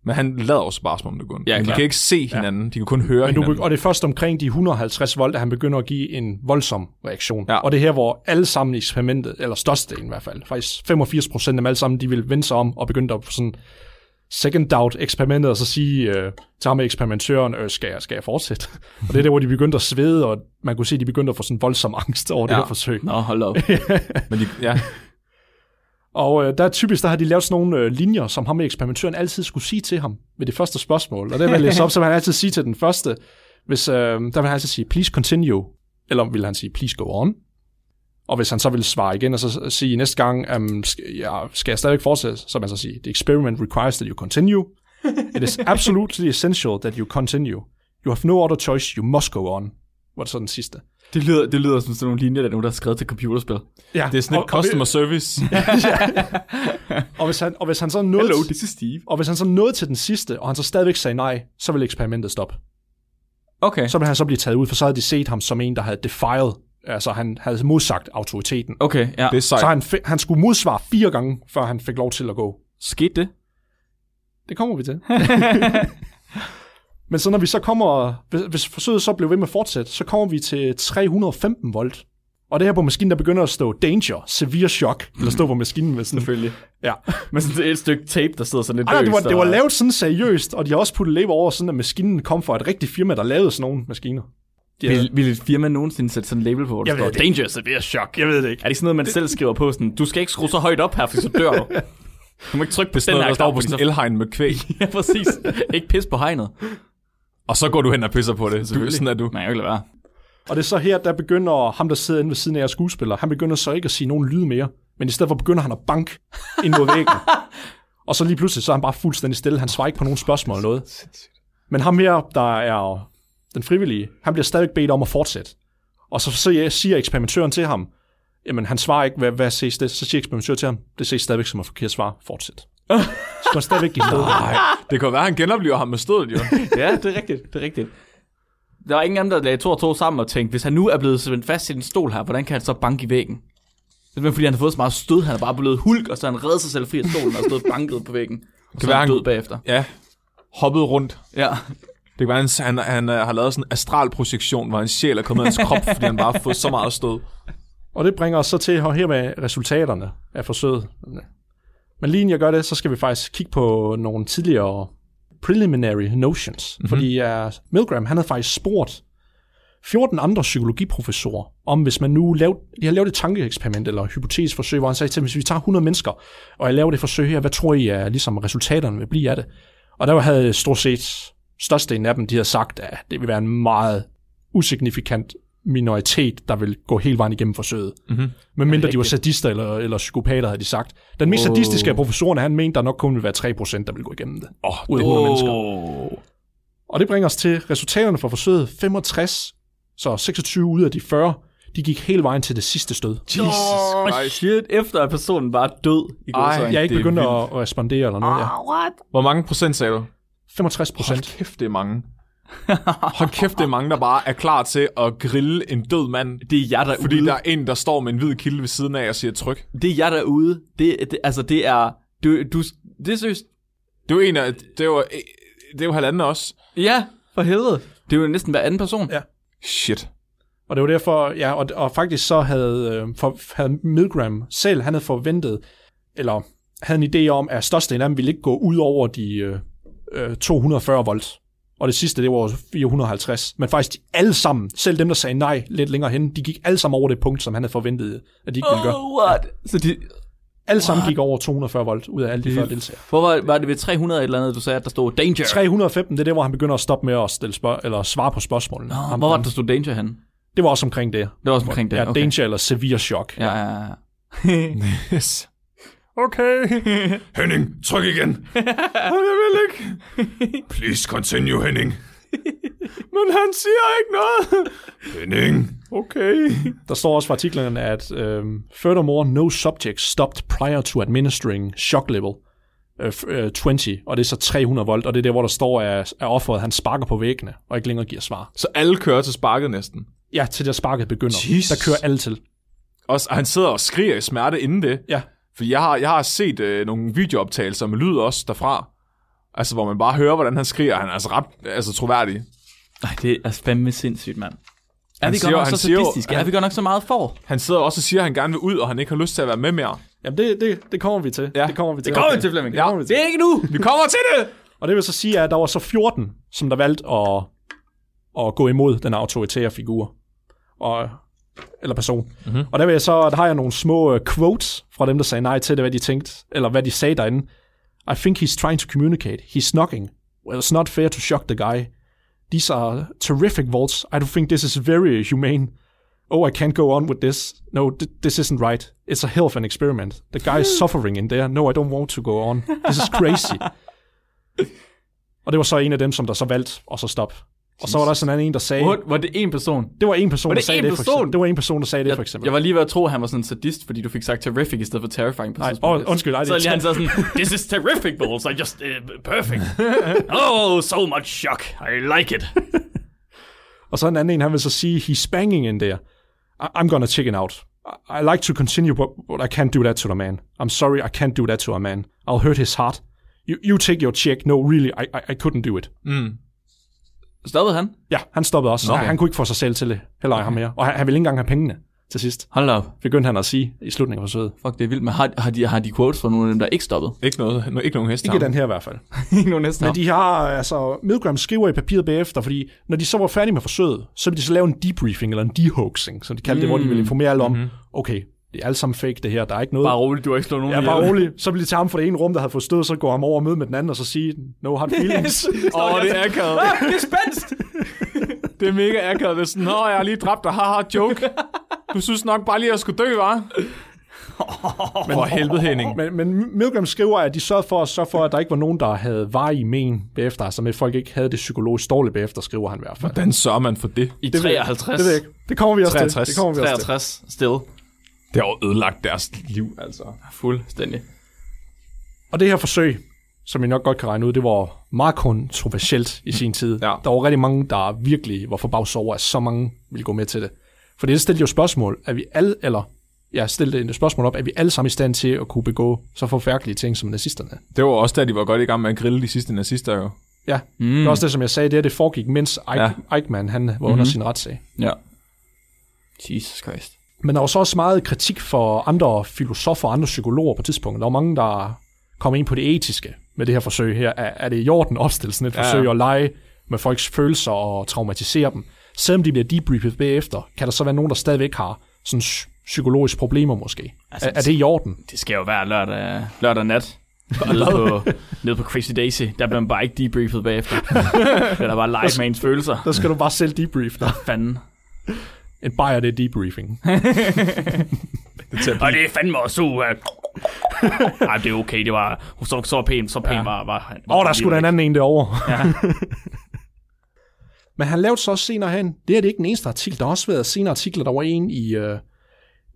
[SPEAKER 3] Men han lader også bare, som om det går ondt.
[SPEAKER 4] Ja,
[SPEAKER 3] Men de
[SPEAKER 4] klart.
[SPEAKER 3] kan ikke se hinanden, ja. de kan kun høre
[SPEAKER 5] Men du,
[SPEAKER 3] hinanden.
[SPEAKER 5] og det er først omkring de 150 volt, at han begynder at give en voldsom reaktion.
[SPEAKER 3] Ja.
[SPEAKER 5] Og det er her, hvor alle sammen i eksperimentet, eller størstedelen i hvert fald, faktisk 85 procent af dem alle sammen, de vil vende sig om og begynde at få sådan second doubt eksperimentet, og så sige øh, til ham med eksperimentøren, øh, skal, jeg, skal jeg fortsætte? og det er der, hvor de begyndte at svede, og man kunne se, at de begyndte at få sådan voldsom angst over ja.
[SPEAKER 3] Ja.
[SPEAKER 5] det her forsøg.
[SPEAKER 4] Nå, hold op.
[SPEAKER 3] Men de, ja,
[SPEAKER 5] Og øh, der er typisk, der har de lavet sådan nogle øh, linjer, som ham med eksperimentøren altid skulle sige til ham ved det første spørgsmål. Og det vil jeg læse op, så vil han altid sige til den første, hvis, øh, der vil han altid sige, please continue, eller vil han sige, please go on. Og hvis han så vil svare igen, og så sige næste gang, um, skal, ja, skal jeg stadigvæk fortsætte, så vil han så sige, the experiment requires that you continue. It is absolutely essential that you continue. You have no other choice, you must go on. Var det så den sidste?
[SPEAKER 4] Det lyder, det lyder som sådan nogle linjer, der er nogen, der har skrevet til computerspil.
[SPEAKER 5] Ja,
[SPEAKER 3] det er sådan et customer service.
[SPEAKER 5] Og, og, hvis han, og hvis han så nåede...
[SPEAKER 4] Hello, this is Steve.
[SPEAKER 5] Og hvis han så nåede til den sidste, og han så stadigvæk sagde nej, så ville eksperimentet stoppe.
[SPEAKER 4] Okay.
[SPEAKER 5] Så ville han så blive taget ud, for så havde de set ham som en, der havde defied, altså han havde modsagt autoriteten.
[SPEAKER 4] Okay, ja.
[SPEAKER 3] Det er
[SPEAKER 5] Så
[SPEAKER 3] sejt.
[SPEAKER 5] han, fi- han skulle modsvare fire gange, før han fik lov til at gå.
[SPEAKER 4] Skete det?
[SPEAKER 5] Det kommer vi til. Men så når vi så kommer, hvis, hvis forsøget så blev ved med at fortsætte, så kommer vi til 315 volt. Og det her på maskinen, der begynder at stå danger, severe shock, eller stå på maskinen med sådan...
[SPEAKER 4] Selvfølgelig.
[SPEAKER 5] Ja.
[SPEAKER 4] Men sådan et stykke tape, der sidder sådan lidt
[SPEAKER 5] Ej, nej, Ah, det var,
[SPEAKER 4] løst,
[SPEAKER 5] det var
[SPEAKER 4] og-
[SPEAKER 5] lavet sådan seriøst, og de har også puttet læber over, sådan at maskinen kom fra et rigtigt firma, der lavede sådan nogle maskiner. De havde-
[SPEAKER 4] Vil, vil et firma nogensinde sætte sådan en label på, hvor der
[SPEAKER 5] Jeg ved
[SPEAKER 4] står,
[SPEAKER 5] det ikke.
[SPEAKER 4] Danger, severe shock.
[SPEAKER 5] Jeg ved det ikke.
[SPEAKER 4] Er det sådan noget, man selv skriver på? Sådan, du skal ikke skrue så højt op her, for så dør du. Du må ikke trykke på den
[SPEAKER 3] Sådan
[SPEAKER 4] her
[SPEAKER 3] noget, der står
[SPEAKER 4] knap,
[SPEAKER 3] på
[SPEAKER 4] fordi
[SPEAKER 3] sådan en elhegn med kvæg,
[SPEAKER 4] så- Ja, præcis. Ikke pis på hegnet.
[SPEAKER 3] og så går du hen og pisser på det. Selvfølgelig. Sådan er du.
[SPEAKER 4] Man kan jo ikke lade være.
[SPEAKER 5] Og det er så her, der begynder ham, der sidder inde ved siden af jer skuespiller, han begynder så ikke at sige nogen lyd mere, men i stedet for begynder han at banke ind mod væggen. og så lige pludselig, så er han bare fuldstændig stille. Han svarer ikke på nogen spørgsmål eller noget. Men ham her, der er den frivillige, han bliver stadig bedt om at fortsætte. Og så, så siger eksperimentøren til ham, jamen han svarer ikke, hvad, hvad ses det? Så siger eksperimentøren til ham, det ses stadigvæk som et forkert svar, fortsæt. Så går han stadigvæk i stedet.
[SPEAKER 3] Det kan jo være, at han genoplever ham med stødet, jo.
[SPEAKER 4] Ja, det er rigtigt. Det er rigtigt. Der var ingen anden, der lagde to og to sammen og tænkte, hvis han nu er blevet spændt fast i den stol her, hvordan kan han så banke i væggen? Det er simpelthen, fordi, han har fået så meget stød, han er bare blevet hulk, og så har han reddet sig selv fri af stolen og stået banket på væggen. Og
[SPEAKER 3] Kan
[SPEAKER 4] så er
[SPEAKER 3] være,
[SPEAKER 4] han
[SPEAKER 3] han-
[SPEAKER 4] død bagefter.
[SPEAKER 3] Ja. Hoppet rundt.
[SPEAKER 4] Ja.
[SPEAKER 3] Det kan være, han, han, han øh, har lavet sådan en astral projektion, hvor hans sjæl er kommet af hans krop, fordi han bare har fået så meget stød.
[SPEAKER 5] Og det bringer os så til her med resultaterne af forsøget. Men lige inden jeg gør det, så skal vi faktisk kigge på nogle tidligere preliminary notions. Mm-hmm. Fordi uh, Milgram, han havde faktisk spurgt 14 andre psykologiprofessorer, om hvis man nu lavede, de har lavet et tankeeksperiment eller hypotetisk forsøg, hvor han sagde til dem, hvis vi tager 100 mennesker, og jeg laver det forsøg her, hvad tror I er ligesom resultaterne vil blive af det? Og der havde stort set størstedelen af dem, de havde sagt, at det vil være en meget usignifikant minoritet, der vil gå hele vejen igennem forsøget. Mm-hmm. Men mindre de var sadister eller, eller psykopater, havde de sagt. Den mest oh. sadistiske af professorerne, han mente, der nok kun ville være 3%, der ville gå igennem det.
[SPEAKER 3] Åh,
[SPEAKER 5] Ud af 100
[SPEAKER 4] Åh.
[SPEAKER 5] mennesker. Og det bringer os til resultaterne fra forsøget 65, så 26 ud af de 40, de gik hele vejen til det sidste stød.
[SPEAKER 3] Jesus
[SPEAKER 4] Åh,
[SPEAKER 3] Christ.
[SPEAKER 4] shit, efter at personen var død i går
[SPEAKER 5] Jeg er
[SPEAKER 3] det
[SPEAKER 5] ikke
[SPEAKER 3] er Ah.
[SPEAKER 5] begyndt at at respondere eller noget. Ja.
[SPEAKER 3] Hvor mange procent sagde du?
[SPEAKER 5] 65
[SPEAKER 3] Hold
[SPEAKER 5] procent.
[SPEAKER 3] kæft, det er mange. Hold kæft, det er mange, der bare er klar til at grille en død mand.
[SPEAKER 4] Det er jer derude.
[SPEAKER 3] Fordi der er en, der står med en hvid kilde ved siden af og siger tryk.
[SPEAKER 4] Det er jeg derude. Det, det, altså, det er... Du, du, det er seriøst.
[SPEAKER 3] Det er jo en af... Det er jo, det er jo halvanden også.
[SPEAKER 4] Ja, for helvede. Det er jo næsten hver anden person.
[SPEAKER 5] Ja.
[SPEAKER 3] Shit.
[SPEAKER 5] Og det var derfor, ja, og, og faktisk så havde, øh, for, havde Milgram selv, han havde forventet, eller havde en idé om, at størstedelen af dem ville ikke gå ud over de øh, øh, 240 volt. Og det sidste, det var 450. Men faktisk de alle sammen, selv dem, der sagde nej lidt længere hen, de gik alle sammen over det punkt, som han havde forventet, at de ikke ville gøre.
[SPEAKER 4] Oh, what? Så de,
[SPEAKER 5] Alle sammen gik over 240 volt ud af alle de 40 deltagere.
[SPEAKER 4] hvor var, var det ved 300 et eller andet, du sagde, at der stod danger?
[SPEAKER 5] 315, det er der, hvor han begynder at stoppe med at stille spørg- eller svare på spørgsmålene.
[SPEAKER 4] Nå,
[SPEAKER 5] Ham-
[SPEAKER 4] hvor var
[SPEAKER 5] ham-
[SPEAKER 4] det, der stod danger henne?
[SPEAKER 5] det var også omkring det.
[SPEAKER 4] Det var også omkring det.
[SPEAKER 5] Ja,
[SPEAKER 4] okay.
[SPEAKER 5] danger eller severe shock.
[SPEAKER 4] Ja, ja, ja.
[SPEAKER 3] Yes. Okay. Henning, tryk igen. jeg vil ikke. Please continue, Henning. Men han siger ikke noget. Henning. Okay.
[SPEAKER 5] Der står også fra artiklen, at øh, furthermore, no subjects stopped prior to administering shock level øh, f- øh, 20, og det er så 300 volt, og det er der, hvor der står, at, at offeret han sparker på væggene, og ikke længere giver svar.
[SPEAKER 3] Så alle kører til sparket næsten.
[SPEAKER 5] Ja, til der sparket begynder.
[SPEAKER 3] Jesus.
[SPEAKER 5] Der kører alle til.
[SPEAKER 3] Også, og han sidder og skriger i smerte inden det.
[SPEAKER 5] Ja,
[SPEAKER 3] For jeg har, jeg har set øh, nogle videooptagelser med lyd også derfra. Altså, hvor man bare hører, hvordan han skriger. Han er altså ret altså, troværdig.
[SPEAKER 4] Ej, det er fandme sindssygt, mand. Er
[SPEAKER 3] Han
[SPEAKER 4] vi
[SPEAKER 3] siger-
[SPEAKER 4] godt nok
[SPEAKER 3] han
[SPEAKER 4] så
[SPEAKER 3] siger jo-
[SPEAKER 4] sadistiske? Er
[SPEAKER 3] han-
[SPEAKER 4] vi godt nok så meget for?
[SPEAKER 3] Han sidder også og siger, at han gerne vil ud, og han ikke har lyst til at være med mere.
[SPEAKER 5] Jamen, det, det, det kommer vi til.
[SPEAKER 3] Ja.
[SPEAKER 5] Det kommer vi til. Okay.
[SPEAKER 4] Flemming.
[SPEAKER 5] Det kommer vi til.
[SPEAKER 4] Det er ikke nu!
[SPEAKER 3] Vi kommer til det!
[SPEAKER 5] Og det vil så sige, at der var så 14, som der valgte at, at gå imod den autoritære figur. Og, eller person. Mm-hmm. Og der, vil jeg så, der har jeg nogle små øh, quotes fra dem, der sagde nej til det, hvad de tænkte, eller hvad de sagde derinde. I think he's trying to communicate. He's knocking. Well, it's not fair to shock the guy. These are terrific vaults. I don't think this is very humane. Oh, I can't go on with this. No, th- this isn't right. It's a hell of an experiment. The guy is suffering in there. No, I don't want to go on. This is crazy. Og det var så en af dem, som der så valgte og så stoppe. Og så var der sådan en anden, der sagde...
[SPEAKER 4] Hvor, var det en person?
[SPEAKER 5] Det var en person,
[SPEAKER 4] Var
[SPEAKER 5] der
[SPEAKER 4] det
[SPEAKER 5] sagde
[SPEAKER 4] én
[SPEAKER 5] det, for
[SPEAKER 4] person?
[SPEAKER 5] eksempel. Det var en person, der sagde det, for eksempel.
[SPEAKER 4] Jeg var lige ved at tro, at han var sådan en sadist, fordi du fik sagt terrific i stedet for terrifying på
[SPEAKER 5] Nej,
[SPEAKER 4] tidspunktet.
[SPEAKER 5] åh, undskyld, nej, det
[SPEAKER 4] Så
[SPEAKER 5] er
[SPEAKER 4] lige han så sådan, this is terrific balls, I just, uh, perfect. oh, so much shock, I like it.
[SPEAKER 5] Og så en anden en, han vil så sige, he's banging in there. I- I'm gonna chicken out. I, I like to continue, but, but I can't do that to the man. I'm sorry, I can't do that to a man. I'll hurt his heart. You, you take your check. No, really, I, I, I couldn't do it.
[SPEAKER 4] Stoppede han?
[SPEAKER 5] Ja, han stoppede også. Okay. Han, han kunne ikke få sig selv til det, heller okay. ham mere. Og han, han ville ikke engang have pengene. til sidst,
[SPEAKER 4] Hold da op.
[SPEAKER 5] begyndte han at sige i slutningen af forsøget.
[SPEAKER 4] Fuck, det er vildt. Men har, har, de, har de quotes fra nogle af dem, der ikke stoppet?
[SPEAKER 3] Ikke, noget, ikke nogen hest.
[SPEAKER 5] Ikke den her i hvert fald.
[SPEAKER 4] ikke nogen næsten.
[SPEAKER 5] Men de har, altså, Milgram skriver i papiret bagefter, fordi når de så var færdige med forsøget, så ville de så lave en debriefing, eller en dehoaxing, som de kaldte mm. det, hvor de ville informere alle om, mm-hmm. okay, det er alt sammen fake det her, der er ikke noget.
[SPEAKER 4] Bare roligt, du har ikke slået nogen
[SPEAKER 5] Ja,
[SPEAKER 4] ihjel.
[SPEAKER 5] bare rolig. Så ville de tage ham fra det ene rum, der havde fået stød, så går ham over og møde med den anden, og så sige, no hard feelings.
[SPEAKER 3] Åh, oh, det er akavet.
[SPEAKER 4] Det er spændst!
[SPEAKER 3] Det er mega akavet. Det er sådan, nå, jeg har lige dræbt dig, haha, joke. Du synes nok bare lige, at jeg skulle dø, var? Men for helvede, Henning.
[SPEAKER 5] men, men Milgram skriver, at de sørgede for at sørge for, at der ikke var nogen, der havde var i men bagefter, så med folk ikke havde det psykologisk dårligt bagefter, skriver han i hvert fald.
[SPEAKER 3] Hvordan sørger man for det?
[SPEAKER 4] I
[SPEAKER 5] Det ved jeg-
[SPEAKER 4] 53.
[SPEAKER 5] Det ved jeg ikke. Det kommer vi også
[SPEAKER 3] 63.
[SPEAKER 5] til. Det kommer vi også til.
[SPEAKER 4] 63. Still.
[SPEAKER 3] Det har jo ødelagt deres liv, altså.
[SPEAKER 4] Fuldstændig.
[SPEAKER 5] Og det her forsøg, som I nok godt kan regne ud, det var meget kontroversielt i sin tid.
[SPEAKER 3] Ja.
[SPEAKER 5] Der var rigtig mange, der virkelig var forbavset over, at så mange ville gå med til det. For det stillede jo spørgsmål, at vi alle, eller jeg stillede et spørgsmål op, at vi alle sammen i stand til at kunne begå så forfærdelige ting som nazisterne.
[SPEAKER 3] Det var også da, de var godt i gang med at grille de sidste nazister, jo.
[SPEAKER 5] Ja, mm. det er også det, som jeg sagde, det her, det foregik, mens Eich, ja. Eichmann han var mm-hmm. under sin retssag.
[SPEAKER 4] Ja. Jesus Christ.
[SPEAKER 5] Men der var så også meget kritik for andre filosofer og andre psykologer på tidspunktet. Der var mange, der kom ind på det etiske med det her forsøg her. Er, er det i orden at opstille sådan et ja. forsøg at lege med folks følelser og traumatisere dem? Selvom de bliver debriefet bagefter, kan der så være nogen, der stadigvæk har sådan psy- psykologiske problemer måske? Altså,
[SPEAKER 4] Altså,
[SPEAKER 5] er, er det i orden?
[SPEAKER 4] Det sker jo hver lørdag, lørdag nat. Nede på, nede på Crazy Daisy. Der bliver man bare ikke debriefet bagefter. Der er bare live med ens følelser.
[SPEAKER 5] Der skal du bare selv debrief dig.
[SPEAKER 4] Fanden.
[SPEAKER 5] En bajer, det er debriefing.
[SPEAKER 4] Og det er fandme også uh... Ej, det er okay. Det var så, så pænt. Så pænt ja. var, var han.
[SPEAKER 5] Åh, oh, der skulle da en anden en derovre. Ja. Men han lavede så også senere hen, det er det ikke den eneste artikel, der har også været senere artikler, der var en i, øh,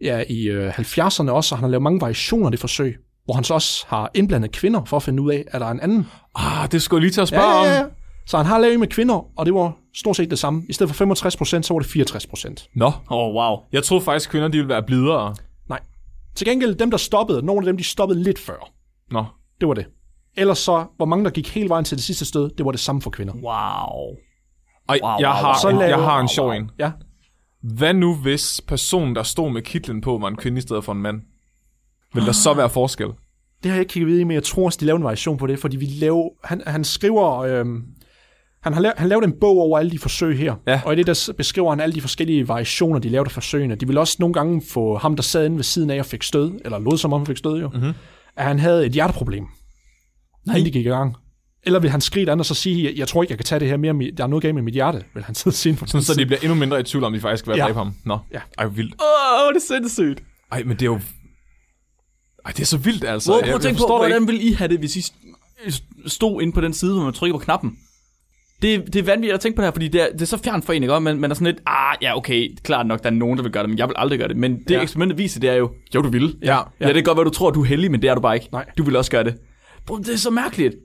[SPEAKER 5] ja, i øh, 70'erne også, og han har lavet mange variationer af det forsøg, hvor han så også har indblandet kvinder for at finde ud af, at der er en anden.
[SPEAKER 3] Ah, det skulle jeg lige til at spørge om.
[SPEAKER 5] Så han har lavet en med kvinder, og det var stort set det samme. I stedet for 65 så var det 64
[SPEAKER 3] Nå,
[SPEAKER 4] Åh, oh, wow.
[SPEAKER 3] jeg troede faktisk, kvinder de ville være blidere.
[SPEAKER 5] Nej. Til gengæld, dem der stoppede, nogle af dem de stoppede lidt før.
[SPEAKER 3] Nå,
[SPEAKER 5] Det var det. Ellers så, hvor mange der gik hele vejen til det sidste sted, det var det samme for kvinder.
[SPEAKER 4] Wow.
[SPEAKER 3] Ej, wow,
[SPEAKER 4] Wow,
[SPEAKER 3] jeg,
[SPEAKER 4] wow,
[SPEAKER 3] har,
[SPEAKER 5] wow.
[SPEAKER 3] en-
[SPEAKER 5] Så laver-
[SPEAKER 3] jeg har en sjov en.
[SPEAKER 5] Ja,
[SPEAKER 3] Hvad nu, hvis personen, der stod med kitlen på, var en kvinde i stedet for en mand? Vil der så være forskel?
[SPEAKER 5] Det har jeg ikke kigget videre i, men jeg tror også, de lavede en variation på det, fordi vi lave, han, han skriver... Øhm, han har lavet, han lavede en bog over alle de forsøg her,
[SPEAKER 3] Ja.
[SPEAKER 5] og i det der s- beskriver han alle de forskellige variationer, de lavede af forsøgene. De ville også nogle gange få ham, der sad inde ved siden af og fik stød, eller lod som om han fik stød jo,
[SPEAKER 3] Mhm.
[SPEAKER 5] mm-hmm. at han havde et hjerteproblem, Nej. inden de gik i gang. Eller vil han skrige et andet og så sige, jeg, jeg tror ikke, jeg kan tage det her mere, mit- der er noget galt med mit hjerte, vil han sidde og sige.
[SPEAKER 3] Sådan, så de bliver endnu mindre i tvivl om, de faktisk vil
[SPEAKER 5] Ja.
[SPEAKER 3] Altså- ja. dræbe ham. Nå,
[SPEAKER 5] Ja.
[SPEAKER 3] ej, hvor vildt.
[SPEAKER 4] Åh, oh, det er sindssygt.
[SPEAKER 3] Ej, men det er jo... Ej, det er så vildt, altså.
[SPEAKER 4] Wow, prøv at tænke på,
[SPEAKER 3] forstår det
[SPEAKER 4] hvordan
[SPEAKER 3] ikke.
[SPEAKER 4] ville I have det, hvis I st- øh, stod inde på den side, hvor man trykker på knappen? Det, det er vanvittigt at tænke på det her, fordi det er, det er så fjernt for en, ikke? Og Man, man er sådan lidt, ah, ja, okay, klart nok, der er nogen, der vil gøre det, men jeg vil aldrig gøre det. Men det ja. eksperimentet viser, det er jo, jo, du vil.
[SPEAKER 5] Ja,
[SPEAKER 4] ja. det kan godt være, du tror, du er heldig, men det er du bare ikke.
[SPEAKER 5] Nej.
[SPEAKER 4] Du vil også gøre det. Bro, det er så mærkeligt.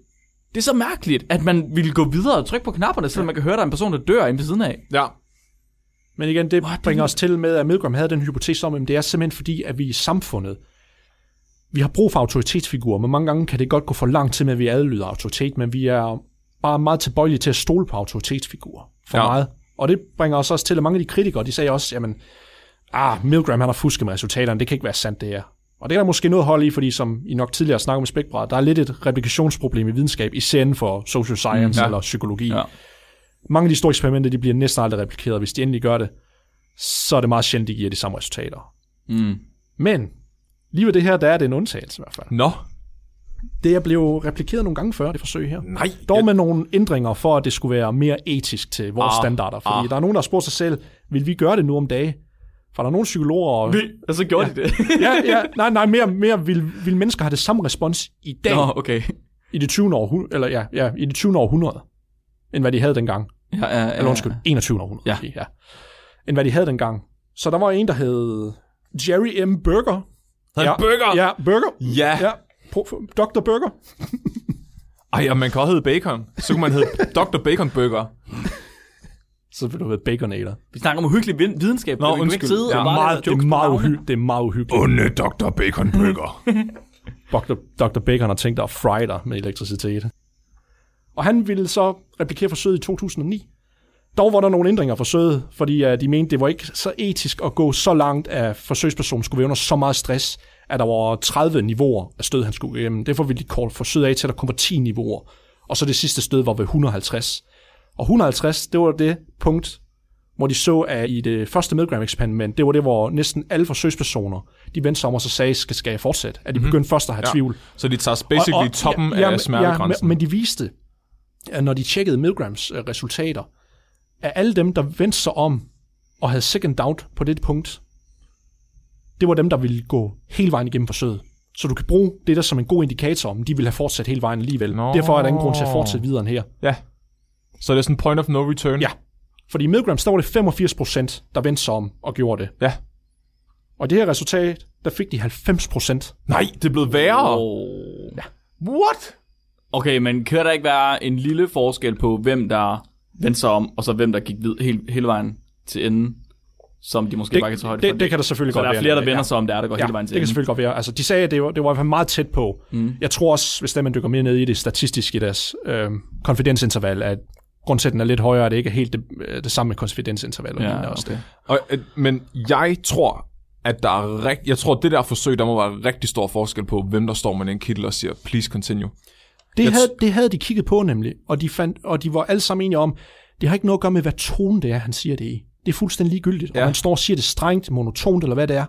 [SPEAKER 4] Det er så mærkeligt, at man ville gå videre og trykke på knapperne, selvom man kan høre, der er en person, der dør inde ved siden af.
[SPEAKER 3] Ja,
[SPEAKER 5] Men igen, det bringer os til med, at Milgram havde den hypotese om, at det er simpelthen fordi, at vi i samfundet, vi har brug for autoritetsfigurer, men mange gange kan det godt gå for lang tid med, at vi adlyder autoritet, men vi er bare meget tilbøjelige til at stole på autoritetsfigurer for
[SPEAKER 3] Ja.
[SPEAKER 5] ja. meget. Og det bringer os også til, at mange af de kritikere, de sagde også, jamen, ah, Milgram han har fusket med resultaterne, det kan ikke være sandt det her. Og det er der måske noget hold i, fordi som I nok tidligere snakkede med Spækbræt, der er lidt et replikationsproblem i videnskab, især inden for social science
[SPEAKER 3] Ja.
[SPEAKER 5] ja. eller psykologi.
[SPEAKER 4] Ja.
[SPEAKER 5] Ja. Mange af de store eksperimenter, de bliver næsten aldrig replikeret, hvis de endelig gør det så er det meget sjældent, de giver de samme resultater.
[SPEAKER 4] Mm.
[SPEAKER 5] Men lige ved det her, der er det en undtagelse i hvert fald.
[SPEAKER 3] nå.
[SPEAKER 5] Det er blevet replikeret nogle gange før, det forsøg her.
[SPEAKER 3] Nej.
[SPEAKER 5] Dog med nogle ændringer for, at det skulle være mere etisk til vores
[SPEAKER 3] Ah,
[SPEAKER 5] standarder. Fordi
[SPEAKER 3] ah.
[SPEAKER 5] der er nogen, der har spurgt sig selv, vil vi gøre det nu om dage? For der er nogle psykologer... Og...
[SPEAKER 4] Og så gjorde ja. de det.
[SPEAKER 5] ja, ja, nej, nej, mere, mere vil, vil mennesker have det samme respons i dag,
[SPEAKER 4] Nå, okay.
[SPEAKER 5] i det 20. århundrede, eller ja, ja, i det 20. århundrede, end hvad de havde dengang.
[SPEAKER 4] Ja, ja, ja,
[SPEAKER 5] Eller undskyld, 21. århundrede.
[SPEAKER 4] Ja.
[SPEAKER 5] måske, ja. End hvad de havde dengang. Så der var en, der hed Jerry M. Burger.
[SPEAKER 3] Han
[SPEAKER 5] ja.
[SPEAKER 3] ja. burger. Ja.
[SPEAKER 5] Ja, Burger.
[SPEAKER 3] ja.
[SPEAKER 5] Ja, Pro- Dr. Burger.
[SPEAKER 3] Ej, og man kan også hedde Bacon. Så kunne man hedde Dr. Bacon Burger.
[SPEAKER 5] Så vil du være Baconator.
[SPEAKER 4] Vi snakker om uhyggelig viden- videnskab.
[SPEAKER 3] Nå,
[SPEAKER 4] Vi kan jo
[SPEAKER 3] undskyld.
[SPEAKER 4] Ikke sidde
[SPEAKER 3] Ja,
[SPEAKER 5] Det
[SPEAKER 4] og
[SPEAKER 5] er
[SPEAKER 4] bare lave
[SPEAKER 5] meget, det
[SPEAKER 4] jokes
[SPEAKER 5] er
[SPEAKER 4] på
[SPEAKER 5] meget,
[SPEAKER 4] navne.
[SPEAKER 5] uhy- det er meget uhyggeligt.
[SPEAKER 3] Onde Dr. Bacon Burger.
[SPEAKER 5] Dr. Dr. Bacon har tænkt dig at fry dig med elektricitet. Og han ville så replikere forsøget i 2009. Dog var der nogle ændringer af forsøget, fordi uh, de mente, det var ikke så etisk at gå så langt, at forsøgspersonen skulle være under så meget stress, at der var 30 niveauer af stød, han skulle igennem. Derfor ville de korte forsøget af til, at der kommer 10 niveauer. Og så det sidste stød var ved 150. Og 150, det var det punkt, hvor de så, at i det første medgram eksperiment, det var det, hvor næsten alle forsøgspersoner, de vendte sig om og så sagde, skal, skal jeg fortsætte? At de begyndte først at have
[SPEAKER 3] Ja.
[SPEAKER 5] tvivl.
[SPEAKER 3] Så de tager basically toppen
[SPEAKER 5] ja, ja,
[SPEAKER 3] af smertegrænsen.
[SPEAKER 5] Ja, men de viste, at når de tjekkede Milgrams øh, resultater, at alle dem, der vendte sig om og havde second doubt på det punkt, det var dem, der ville gå hele vejen igennem forsøget. Så du kan bruge det der som en god indikator, om de ville have fortsat hele vejen alligevel.
[SPEAKER 3] Nå.
[SPEAKER 5] Derfor er der ingen grund til at fortsætte videre end her.
[SPEAKER 3] ja. Så det er sådan point of no return.
[SPEAKER 5] Ja. Fordi i Milgrams, der var det 85%, der vendte sig om og gjorde det.
[SPEAKER 3] ja.
[SPEAKER 5] Og i det her resultat, der fik de 90%.
[SPEAKER 3] Nej, det er blevet værre.
[SPEAKER 4] Oh.
[SPEAKER 3] What?
[SPEAKER 4] Okay, men kan der ikke være en lille forskel på, hvem der vendte sig om, og så hvem der gik vid- hele, hele vejen til enden, som de måske
[SPEAKER 5] Det,
[SPEAKER 4] bare kan tage højde for?
[SPEAKER 5] det, det kan der selvfølgelig
[SPEAKER 4] så
[SPEAKER 5] godt
[SPEAKER 4] der
[SPEAKER 5] være.
[SPEAKER 4] er flere, der vender
[SPEAKER 5] Ja.
[SPEAKER 4] sig om, der er, der går
[SPEAKER 5] Ja,
[SPEAKER 4] hele vejen
[SPEAKER 5] det
[SPEAKER 4] til
[SPEAKER 5] kan
[SPEAKER 4] enden.
[SPEAKER 5] selvfølgelig godt være. Altså, de sagde, at det var, det var i hvert fald meget tæt på. Mm. Jeg tror også, hvis der man dykker mere ned i det statistiske i deres øh, konfidensinterval, at grundsætten er lidt højere, at det ikke er helt det, øh, det samme med konfidensinterval. Og
[SPEAKER 4] Ja,
[SPEAKER 5] lignende også
[SPEAKER 4] okay.
[SPEAKER 5] det.
[SPEAKER 3] Og, øh, men jeg tror, at der er rigt... Jeg tror, det der forsøg, der må være rigtig stor forskel på, hvem der står med den kittel og siger, please continue.
[SPEAKER 5] Det, havde, det havde de kigget på nemlig, og de, fandt, og de var alle sammen enige om, det har ikke noget at gøre med, hvad tone det er, han siger det i. Det er fuldstændig ligegyldigt, ja.
[SPEAKER 3] Ja.
[SPEAKER 5] om han står og siger det strengt, monotont eller hvad det er.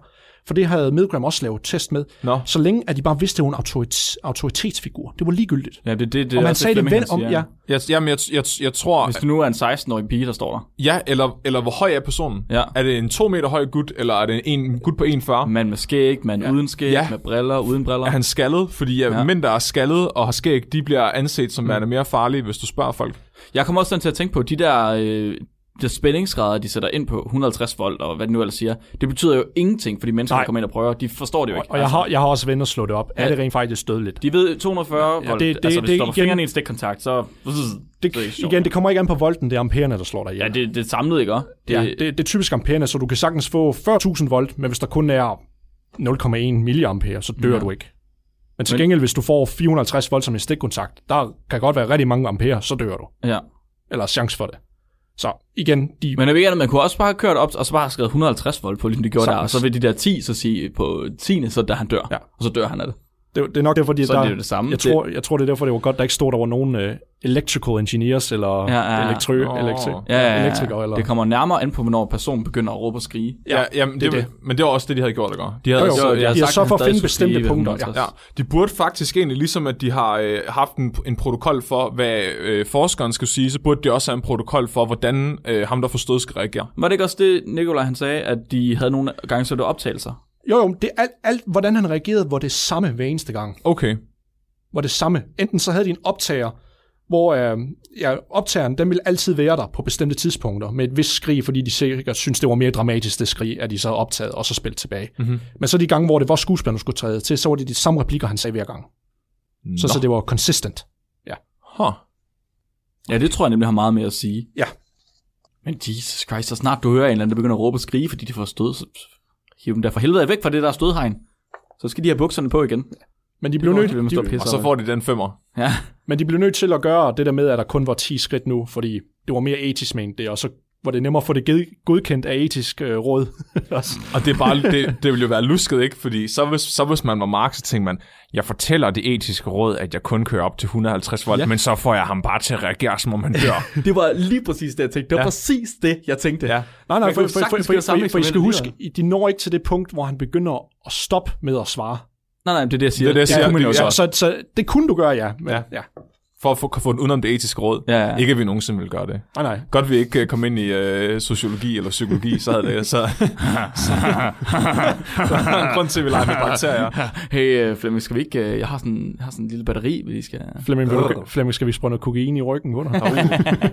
[SPEAKER 5] For det havde Milgram også lavet test med.
[SPEAKER 3] Nå.
[SPEAKER 5] Så længe at de bare vidste, at hun var en autorit- autoritetsfigur. Det var ligegyldigt.
[SPEAKER 4] Ja, det, det, det
[SPEAKER 5] og
[SPEAKER 4] er
[SPEAKER 5] man
[SPEAKER 4] også
[SPEAKER 5] sagde det
[SPEAKER 4] Flemming,
[SPEAKER 5] ven
[SPEAKER 4] han
[SPEAKER 5] om,
[SPEAKER 4] siger.
[SPEAKER 5] ja,
[SPEAKER 3] Jeg, jamen, jeg, jeg, jeg tror...
[SPEAKER 4] Hvis du nu er en 16-årig pige, der står der.
[SPEAKER 3] Ja, eller, eller hvor høj er personen?
[SPEAKER 4] Ja.
[SPEAKER 3] Er det en 2 meter høj gut, eller er det en, en gut på 1,40?
[SPEAKER 4] Mand med skæg, mand ja. uden skæg,
[SPEAKER 3] Ja.
[SPEAKER 4] ja. med briller, uden briller.
[SPEAKER 3] Er han skaldet? Fordi ja.
[SPEAKER 4] Ja.
[SPEAKER 3] mænd, der er skaldet og har skæg, de bliver anset
[SPEAKER 5] Mm.
[SPEAKER 3] som værende mere farlige, hvis du spørger folk.
[SPEAKER 4] Jeg kommer også sådan til at tænke på, de der, øh, de der spændingsgrader, de sætter ind på 150 volt, og hvad det nu ellers siger, det betyder jo ingenting for de mennesker,
[SPEAKER 5] Nej.
[SPEAKER 4] der kommer ind og prøver. De forstår det jo ikke.
[SPEAKER 5] Og jeg har, jeg har også vendt og slå det op. Ja. Er
[SPEAKER 4] Altså- Ja.
[SPEAKER 5] det rent faktisk dødeligt?
[SPEAKER 4] De ved 240 ja, volt, det, det, altså hvis det, du stopper igen, fingrene i en stikkontakt, så...
[SPEAKER 5] Det,
[SPEAKER 4] er ikke
[SPEAKER 5] det,
[SPEAKER 4] sjovt.
[SPEAKER 5] igen, det kommer ikke an på volten, det er ampererne, der slår dig ihjel.
[SPEAKER 4] Ja, det, det er samlet, ikke også? Det,
[SPEAKER 5] ja, det, det er typisk ampererne, så du kan sagtens få 40.000 volt, men hvis der kun er 0,1 milliampere, så dør ja.
[SPEAKER 4] Ja.
[SPEAKER 5] du ikke. Men til
[SPEAKER 4] Men-
[SPEAKER 5] gengæld, hvis du får 450 volt som en stikkontakt, der kan godt være rigtig mange ampere, så dør du.
[SPEAKER 4] ja.
[SPEAKER 5] Eller er chance for det. Så igen, de...
[SPEAKER 4] Men jeg ved ikke, man kunne også bare have kørt op, og så bare have skrevet 150 volt på, ligesom de gjorde der, og
[SPEAKER 5] Sagtens.
[SPEAKER 4] så vil de der 10, så sige på 10, så der han dør,
[SPEAKER 5] Ja.
[SPEAKER 4] og så dør han af det.
[SPEAKER 5] Det, det er nok derfor, de,
[SPEAKER 4] Så
[SPEAKER 5] der,
[SPEAKER 4] er det jo det samme.
[SPEAKER 5] Jeg
[SPEAKER 4] Det-
[SPEAKER 5] tror, jeg tror, det er derfor, det var godt, der ikke stod, der var nogen uh, electrical engineers, eller ja,
[SPEAKER 4] Ja, ja,
[SPEAKER 5] ja.
[SPEAKER 4] ja.
[SPEAKER 5] Elektri,
[SPEAKER 3] Nå.
[SPEAKER 5] elektri,
[SPEAKER 4] Ja, ja, ja.
[SPEAKER 5] elektriker, eller...
[SPEAKER 4] Det kommer nærmere an på, hvornår personen begynder at råbe og skrige.
[SPEAKER 3] Ja, ja jamen, det,
[SPEAKER 5] det er
[SPEAKER 3] det. Men det var også det, de havde gjort, ikke? De havde,
[SPEAKER 5] Jo, jo,
[SPEAKER 3] så-
[SPEAKER 5] de
[SPEAKER 3] Altså, jeg
[SPEAKER 5] har
[SPEAKER 3] sagt,
[SPEAKER 5] så
[SPEAKER 4] han
[SPEAKER 5] for at
[SPEAKER 4] stadig
[SPEAKER 5] finde
[SPEAKER 4] skulle
[SPEAKER 5] bestemte
[SPEAKER 4] blive ved
[SPEAKER 5] punkter,
[SPEAKER 4] 150.
[SPEAKER 3] Ja, de burde faktisk egentlig, ligesom at de har øh, haft en, en protokol for, hvad øh, forskeren skal sige, så burde de også have en protokol for, hvordan øh, ham, der forstod, skal reagere.
[SPEAKER 4] Var det ikke også det, Nikolaj han sagde, at de havde nogle gange så det optagelser?
[SPEAKER 5] Jo, jo, det er alt, alt, hvordan han reagerede, var det samme hver eneste gang.
[SPEAKER 3] Okay.
[SPEAKER 5] var det samme. Enten så havde de en optager, hvor øh, ja, optageren, den ville altid være der på bestemte tidspunkter, med et vist skrig, fordi de sikkert synes det var mere dramatisk, det skrig, at de så havde optaget og så spillet tilbage. Mm-hmm. Men så de gange, hvor det var skuespilleren, der skulle træde til, så var det de samme replikker, han sagde hver gang. Så, så det var consistent.
[SPEAKER 3] Huh.
[SPEAKER 4] Ja, det tror jeg nemlig har meget med at sige.
[SPEAKER 5] Ja.
[SPEAKER 4] Men Jesus Christ, så snart du hører en eller anden, der begynder at råbe og skrige, fordi de får stød, så hiv dem der for helvede væk fra det der stødhegn. Så skal de have bukserne på igen.
[SPEAKER 5] Men de, blev
[SPEAKER 4] går
[SPEAKER 5] nødt,
[SPEAKER 4] ikke, hvem
[SPEAKER 5] de,
[SPEAKER 4] står pisse.
[SPEAKER 3] Og så får de den femmer.
[SPEAKER 4] Ja,
[SPEAKER 5] men de blev nødt til at gøre det der med, at der kun var 10 skridt nu, fordi det var mere etisk ment det, og så var det nemmere at få det ged- godkendt af etisk øh, råd.
[SPEAKER 3] Og det, er bare, det, det ville jo være lusket, ikke? Fordi så hvis, så hvis man var Mark, så tænkte man, jeg fortæller det etiske råd, at jeg kun kører op til 150 volt, ja. men så får jeg ham bare til at reagere, som om han dør.
[SPEAKER 4] det var lige præcis det, jeg tænkte. Det var ja. præcis det, jeg tænkte. Ja.
[SPEAKER 5] Nej, nej,
[SPEAKER 4] Man
[SPEAKER 5] for,
[SPEAKER 4] kunne
[SPEAKER 5] for, for,
[SPEAKER 4] sagtens
[SPEAKER 5] for,
[SPEAKER 4] køre
[SPEAKER 5] for,
[SPEAKER 4] samme
[SPEAKER 5] for, for I skal
[SPEAKER 4] eksperiment
[SPEAKER 5] huske, de når ikke til det punkt, hvor han begynder at stoppe med at svare.
[SPEAKER 4] Nej, nej, det er det, jeg siger.
[SPEAKER 3] Det er det, jeg siger.
[SPEAKER 5] kunne man jo
[SPEAKER 3] det-
[SPEAKER 5] så.
[SPEAKER 3] ja.
[SPEAKER 5] Så, så det kunne du gøre, ja. Men, ja. ja.
[SPEAKER 3] For at få, få den udenom det etiske råd.
[SPEAKER 4] Ja, ja.
[SPEAKER 3] Ikke at vi nogensinde ville gøre det.
[SPEAKER 5] Nej, nej.
[SPEAKER 3] Godt vi ikke øh, kom ind i øh, sociologi eller psykologi, så havde det så... så der er en grund til, at vi leger med bakterier.
[SPEAKER 4] Hey, øh, Flemming, skal vi ikke... øh, Jeg har sådan, jeg har sådan en lille batteri, vi skal...
[SPEAKER 5] Flemming, vil du, Flemming, skal vi sprøjte noget kokain i ryggen under?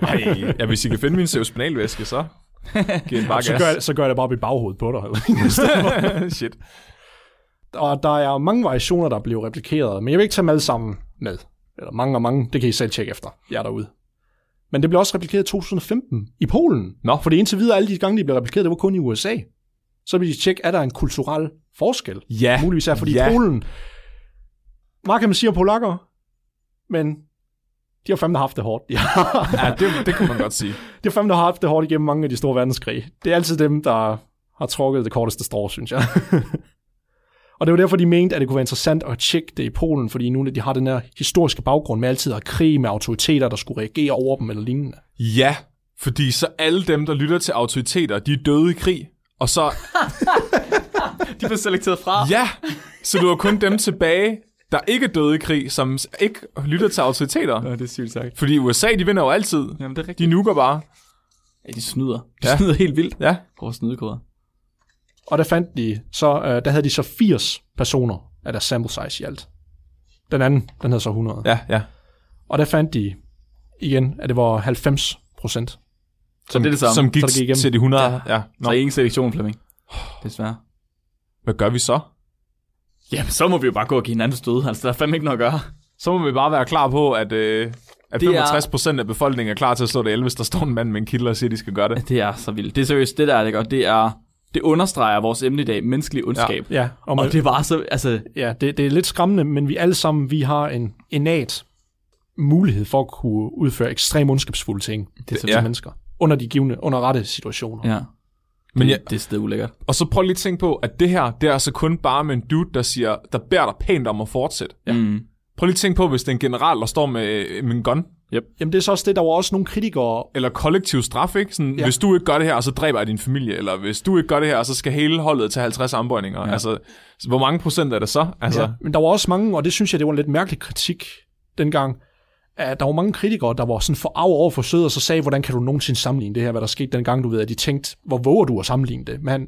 [SPEAKER 3] Ej, ja, hvis I kan finde min cerebrospinalvæske, så giv en bare
[SPEAKER 5] så, gør,
[SPEAKER 3] gas.
[SPEAKER 5] jeg- så gør jeg det bare ved baghovedet på dig.
[SPEAKER 3] Shit.
[SPEAKER 5] og der er mange variationer, der bliver replikeret, men jeg vil ikke tage dem alle sammen med. Eller mange og mange, det kan I selv tjekke efter. Jeg er derude. Men det blev også replikeret i 2015 i Polen.
[SPEAKER 3] Nå.
[SPEAKER 5] Fordi indtil videre, alle de gange, de blev replikeret, det var kun i USA. Så vil de tjekke, er der en kulturel forskel?
[SPEAKER 3] Ja.
[SPEAKER 5] muligvis er, fordi
[SPEAKER 3] ja.
[SPEAKER 5] ja. Polen, meget kan man sige om polakker, men de har fandme haft det hårdt. Ja,
[SPEAKER 3] Ja, det, det kunne man godt sige.
[SPEAKER 5] de har fandme haft det hårdt igennem mange af de store verdenskrige. Det er altid dem, der har trukket det korteste strå, synes jeg. og det var derfor, de mente, at det kunne være interessant at tjekke det i Polen, fordi nu de har den her historiske baggrund med altid at have krig med autoriteter, der skulle reagere over dem eller lignende.
[SPEAKER 3] Ja, fordi så alle dem, der lytter til autoriteter, de er døde i krig. Og så,
[SPEAKER 4] De blev selekteret fra.
[SPEAKER 3] ja, så du har kun dem tilbage, der ikke er døde i krig, som s- ikke lytter til autoriteter.
[SPEAKER 4] Ja, det er sygt sagt.
[SPEAKER 3] Fordi USA, de vinder jo altid.
[SPEAKER 4] Jamen, det er rigtigt.
[SPEAKER 3] De nuker bare.
[SPEAKER 4] Ja, de snyder. De
[SPEAKER 3] Ja.
[SPEAKER 4] snyder helt vildt.
[SPEAKER 3] Ja,
[SPEAKER 4] Prøv at snyde, koder.
[SPEAKER 5] Og der fandt de, så, øh, der havde de så 80 personer af deres sample size i alt. Den anden, den havde så 100.
[SPEAKER 3] ja, ja.
[SPEAKER 5] Og der fandt de igen, at det var 90 procent.
[SPEAKER 4] Så det er det samme.
[SPEAKER 3] Som gik,
[SPEAKER 5] Så det gik igennem.
[SPEAKER 3] til de 100. Ja. ja. Nå,
[SPEAKER 4] Så ingen selektion, Flemming. Desværre.
[SPEAKER 3] hvad gør vi så?
[SPEAKER 4] Jamen, så må vi jo bare gå og give hinanden stød. Altså, der er fandme ikke noget at gøre.
[SPEAKER 3] Så må vi bare være klar på, at, øh, at
[SPEAKER 4] Det er-
[SPEAKER 3] 65 procent af befolkningen er klar til at slå det 11, hvis der står en mand med en kilde og siger, at de skal gøre det.
[SPEAKER 4] Det er så vildt. Det er seriøst, det der er det godt. Det er, det understreger vores emne i dag, menneskelig ondskab. Ja.
[SPEAKER 5] Ja, og,
[SPEAKER 4] Og
[SPEAKER 5] man,
[SPEAKER 4] det var så, altså,
[SPEAKER 5] ja det, det er lidt skræmmende, men vi alle sammen, vi har en innat mulighed for at kunne udføre ekstrem ondskabsfulde ting det
[SPEAKER 4] er så
[SPEAKER 5] til
[SPEAKER 3] vildt.
[SPEAKER 5] mennesker. Under de givende, under rette situationer.
[SPEAKER 4] ja.
[SPEAKER 3] Men
[SPEAKER 4] Men
[SPEAKER 3] jeg-
[SPEAKER 4] jeg, det er stedet ulækkert.
[SPEAKER 3] Og så prøv lige at tænke på, at det her, det er altså kun bare med en dude, der siger, der bærer dig pænt om at fortsætte.
[SPEAKER 4] Ja. Mm.
[SPEAKER 3] Prøv lige at tænke på, hvis det er en general, der står med, øh, med en gun.
[SPEAKER 5] Jamen det er så også det, der var også nogle kritikere.
[SPEAKER 3] Eller kollektiv straf, ikke? Sådan, ja.
[SPEAKER 5] Ja.
[SPEAKER 3] Hvis du ikke gør det her, så dræber jeg din familie. Eller hvis du ikke gør det her, så skal hele holdet tage 50 armbøjninger. Ja. Altså, hvor mange procent er det så? Altså, ja.
[SPEAKER 5] Ja. Men der var også mange, og det synes jeg, det var en lidt mærkelig kritik dengang, at der var mange kritikere, der var sådan forarvet over for sød, og så sagde, hvordan kan du nogensinde sammenligne det her, hvad der skete dengang, du ved, at de tænkte, hvor våger du at sammenligne det? Men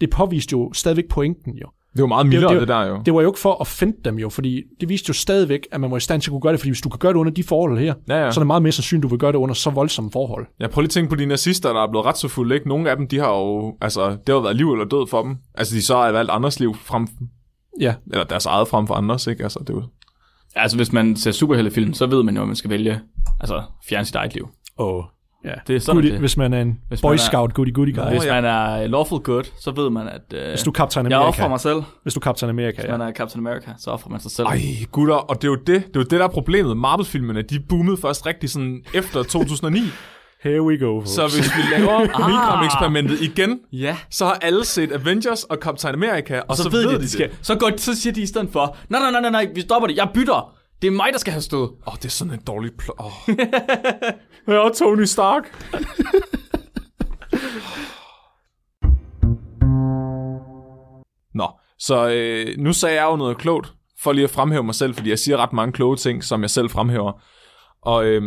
[SPEAKER 5] det påviste jo stadigvæk pointen jo.
[SPEAKER 3] Det er jo meget mildere, det, det,
[SPEAKER 5] det-
[SPEAKER 3] det der jo.
[SPEAKER 5] Det var jo ikke for at finde dem jo, fordi det viste jo stadigvæk, at man var i stand til at kunne gøre det, fordi hvis du kan gøre det under de forhold her,
[SPEAKER 3] Ja, ja.
[SPEAKER 5] så er det meget mere sandsynligt, du vil gøre det under så voldsomme forhold.
[SPEAKER 3] Jeg prøver lige at tænke på de nazister, der er blevet retsforfulgt, ikke? Nogle af dem, de har jo, altså, det har jo været liv eller død for dem. Altså, de så har valgt andres liv frem,
[SPEAKER 5] Ja,
[SPEAKER 3] eller deres eget frem for andres, ikke? Altså, det er jo...
[SPEAKER 4] Altså, hvis man ser superheltefilm, så ved man jo, at man skal vælge, altså, fjerne sit eget liv.
[SPEAKER 5] og ja.
[SPEAKER 4] Det er sådan,
[SPEAKER 5] goody,
[SPEAKER 4] det er.
[SPEAKER 5] hvis man er en
[SPEAKER 4] Hvis
[SPEAKER 5] hvis
[SPEAKER 4] man
[SPEAKER 5] boy
[SPEAKER 4] er-
[SPEAKER 5] scout, goody goody guy.
[SPEAKER 4] Hvis
[SPEAKER 5] Hvis,
[SPEAKER 3] ja.
[SPEAKER 4] man er lawful good, så ved man, at øh,
[SPEAKER 5] hvis du er Captain
[SPEAKER 4] jeg
[SPEAKER 5] America.
[SPEAKER 4] offrer mig selv. Hvis
[SPEAKER 5] Hvis du er Captain America, ja.
[SPEAKER 4] man er Captain America, så offrer man sig selv.
[SPEAKER 3] Ej, gutter, og det er jo det, det, er jo det der er problemet. Marvel-filmene, de boomede først rigtig sådan efter 2009.
[SPEAKER 5] Here we go.
[SPEAKER 3] så hvis vi laver Milgram-eksperimentet igen,
[SPEAKER 4] Ja.
[SPEAKER 3] så har alle set Avengers og Captain America, og,
[SPEAKER 4] Og så, så ved de, de skal. Så, går, så siger de i stedet for, nej, nej, nej, nej, nej, vi stopper det, jeg bytter. Det er mig, der skal have stået.
[SPEAKER 3] Åh, oh, det er sådan en dårlig plot. Oh. ja, Tony Stark. Nå, så øh, nu sagde jeg jo noget klogt, for lige at fremhæve mig selv, fordi jeg siger ret mange kloge ting, som jeg selv fremhæver. Og øh,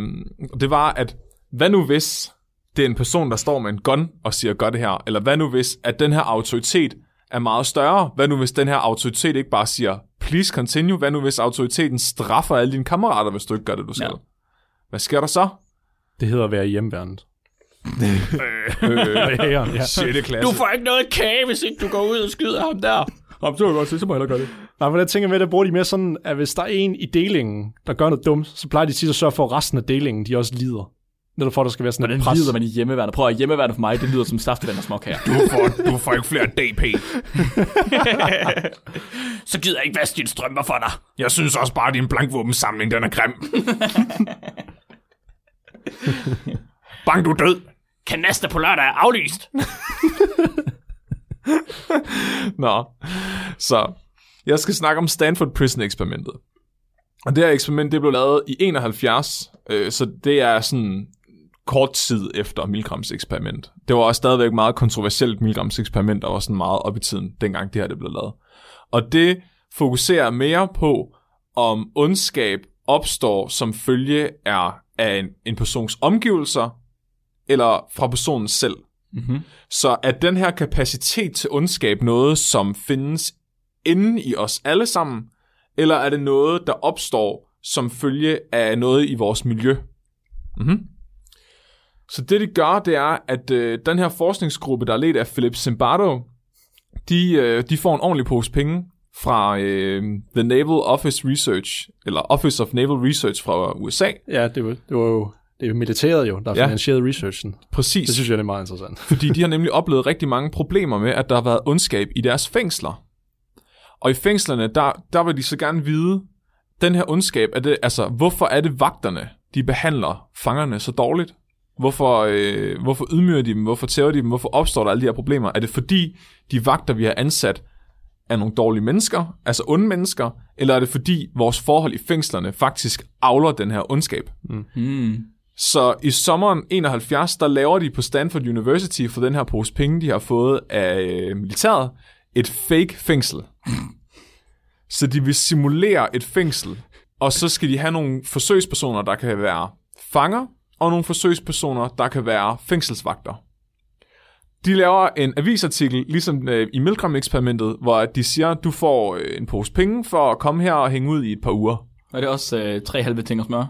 [SPEAKER 3] det var, at hvad nu hvis det er en person, der står med en gun og siger, gør det her? Eller hvad nu hvis, at den her autoritet er meget større? Hvad nu hvis den her autoritet ikke bare siger, please continue? Hvad nu hvis autoriteten straffer alle dine kammerater, hvis du ikke gør det, du skal?
[SPEAKER 4] Ja.
[SPEAKER 3] Ja. Hvad sker der så?
[SPEAKER 5] Det hedder at være i hjemmeværnet.
[SPEAKER 3] øh,
[SPEAKER 5] Ja, ja.
[SPEAKER 3] 6. klasse.
[SPEAKER 4] får ikke noget kage, hvis ikke du går ud og skyder ham der.
[SPEAKER 5] Jamen, det var godt, så må jeg gøre det. Nej, men jeg tænker med, der bruger de mere sådan, at hvis der er en i delingen, der gør noget dumt, så plejer de tit at sørge for, at resten af delingen, de også lider. Netop for, at der skal være sådan
[SPEAKER 4] Hvordan
[SPEAKER 5] et pres.
[SPEAKER 4] lider man i hjemmeværende? Prøv at hjemmeværende for mig, det lyder som saftevand og småkager.
[SPEAKER 3] Du får, du får ikke flere DP.
[SPEAKER 4] Så gider jeg ikke vaske dine strømper for dig.
[SPEAKER 3] Jeg synes også bare, at din blankvåbensamling, den er grim. Bang, du er død.
[SPEAKER 4] Kanaster på lørdag er aflyst.
[SPEAKER 3] Nå, så jeg skal snakke om Stanford Prison-eksperimentet. Og det her eksperiment, det blev lavet i 71, øh, så det er sådan kort tid efter Milgrams eksperiment. Det var også stadigvæk meget kontroversielt, Milgrams eksperiment, og var sådan meget op i tiden, dengang det her det blev lavet. Og det fokuserer mere på, om ondskab opstår som følge er af en, en persons omgivelser, eller fra personen selv.
[SPEAKER 4] Mm-hmm.
[SPEAKER 3] Så er den her kapacitet til ondskab noget, som findes inde i os alle sammen, eller er det noget, der opstår som følge af noget i vores miljø? Mm-hmm. Så det, de gør, det er, at øh, den her forskningsgruppe, der er ledt af Philip Zimbardo, de, øh, de får en ordentlig pose penge fra øh, The Naval Office Research, eller Office of Naval Research fra USA.
[SPEAKER 5] Ja, det var, det var jo det er jo militæret jo, der
[SPEAKER 3] Ja.
[SPEAKER 5] ja. finansierede researchen.
[SPEAKER 3] Præcis.
[SPEAKER 5] Det synes jeg, det er meget interessant.
[SPEAKER 3] fordi de har nemlig oplevet rigtig mange problemer med, at der har været ondskab i deres fængsler. Og i fængslerne, der, der vil de så gerne vide, den her ondskab, er det, altså, hvorfor er det vagterne, de behandler fangerne så dårligt? Hvorfor, øh, hvorfor ydmyger de dem? Hvorfor tæver de dem? Hvorfor opstår der alle de her problemer? Er det fordi, de vagter, vi har ansat, er nogle dårlige mennesker, altså onde mennesker, eller er det fordi, vores forhold i fængslerne faktisk avler den her ondskab?
[SPEAKER 4] Mm.
[SPEAKER 3] Så i sommeren 71, der laver de på Stanford University for den her pose penge, de har fået af øh, militæret, et fake fængsel. Så de vil simulere et fængsel, og så skal de have nogle forsøgspersoner, der kan være fanger, og nogle forsøgspersoner, der kan være fængselsvagter. De laver en avisartikel, ligesom øh, i Milgram-eksperimentet, hvor de siger, du får øh, en pose penge for at komme her og hænge ud i et par uger.
[SPEAKER 4] Og det er også øh, tre halve ting at smøre.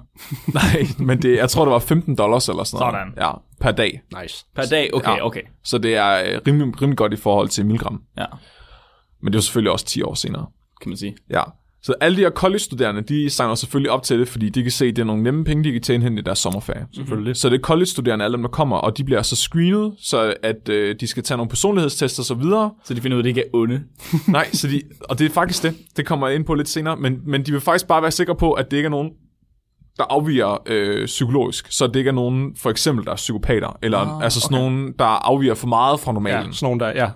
[SPEAKER 3] Nej, men det, jeg tror, det var 15 dollars eller sådan noget.
[SPEAKER 4] Sådan.
[SPEAKER 3] Ja, per dag.
[SPEAKER 5] Nice.
[SPEAKER 4] Per dag? Okay,
[SPEAKER 3] Ja.
[SPEAKER 4] okay.
[SPEAKER 3] Så det er øh, rimelig, rimelig godt i forhold til Milgram.
[SPEAKER 4] Ja,
[SPEAKER 3] Men det er jo selvfølgelig også 10 år senere.
[SPEAKER 4] kan man sige.
[SPEAKER 3] Ja. Så alle de her college-studerende, de signer selvfølgelig op til det, fordi de kan se, at det er nogle nemme penge, de kan tjene hen i deres sommerferie. Selvfølgelig. Så det er college-studerende, alle dem, der kommer, og de bliver så screenet, så at øh, de skal tage nogle personlighedstester og så videre.
[SPEAKER 4] Så de finder ud af, at det ikke er onde.
[SPEAKER 3] Nej, så de, og det er faktisk det. Det kommer jeg ind på lidt senere. Men, men de vil faktisk bare være sikre på, at det ikke er nogen, der afviger øh, psykologisk. Så det ikke er nogen, for eksempel, der er psykopater. Eller ah, altså sådan okay. nogen, der afviger for meget fra normalen.
[SPEAKER 5] Ja, sådan nogle der, ja,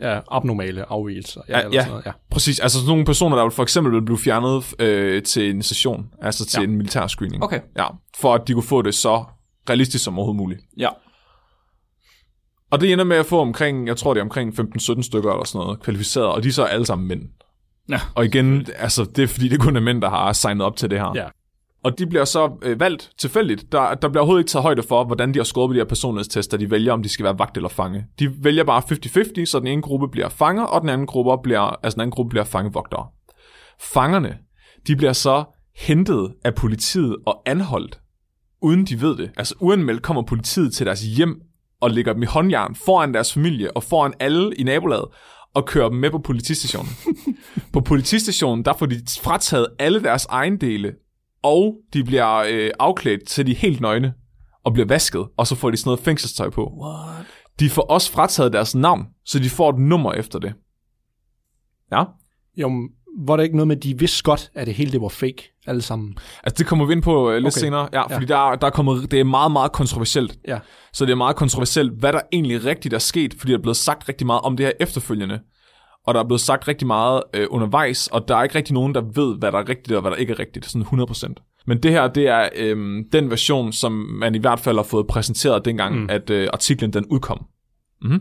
[SPEAKER 5] ja abnormale afvigelser. Ja,
[SPEAKER 3] Ja,
[SPEAKER 5] eller
[SPEAKER 3] ja,
[SPEAKER 5] Sådan noget, ja.
[SPEAKER 3] præcis. Altså sådan nogle personer, der for eksempel ville blive fjernet øh, til en session, altså til ja.
[SPEAKER 4] Ja.
[SPEAKER 3] en militær screening.
[SPEAKER 4] Okay.
[SPEAKER 3] Ja, for at de kunne få det så realistisk som overhovedet muligt.
[SPEAKER 4] Ja.
[SPEAKER 3] Og det ender med at få omkring, jeg tror det er omkring 15-17 stykker eller sådan noget, kvalificeret, og de er så alle sammen mænd.
[SPEAKER 4] Ja.
[SPEAKER 3] Og igen, altså det er fordi, det kun er mænd, der har signet op til det her.
[SPEAKER 5] Ja.
[SPEAKER 3] Og de bliver så øh, valgt tilfældigt. Der, der bliver overhovedet ikke taget højde for, hvordan de har skåret på de her personlighedstester. De vælger, om de skal være vagt eller fange. De vælger bare 50-50, så den ene gruppe bliver fanger, og den anden gruppe bliver, altså den anden gruppe bliver fangevogtere. Fangerne, de bliver så hentet af politiet og anholdt, uden de ved det. Altså uanmeldt kommer politiet til deres hjem og lægger dem i håndjern foran deres familie og foran alle i nabolaget og kører dem med på politistationen. på politistationen, der får de frataget alle deres ejendele, og de bliver øh, afklædt til de er helt nøgne og bliver vasket, og så får de sådan noget fængselstøj på. What? De får også frataget deres navn, så de får et nummer efter det. Ja,
[SPEAKER 5] Jo, men var der ikke noget med, at de vidste godt, at det hele det var fake, alle sammen?
[SPEAKER 3] altså det kommer vi ind på øh, lidt okay.
[SPEAKER 5] Okay.
[SPEAKER 3] senere, ja, fordi ja. Der, er- der er kommet, det er meget, meget kontroversielt.
[SPEAKER 5] Ja.
[SPEAKER 3] Så det er meget kontroversielt, hvad der egentlig rigtigt er sket, fordi der er blevet sagt rigtig meget om det her efterfølgende. Og der er blevet sagt rigtig meget øh, undervejs, og der er ikke rigtig nogen, der ved, hvad der er rigtigt og hvad der ikke er rigtigt, sådan 100%. Men det her, det er øh, den version, som man i hvert fald har fået præsenteret dengang, mm. at øh, artiklen den udkom. Mm.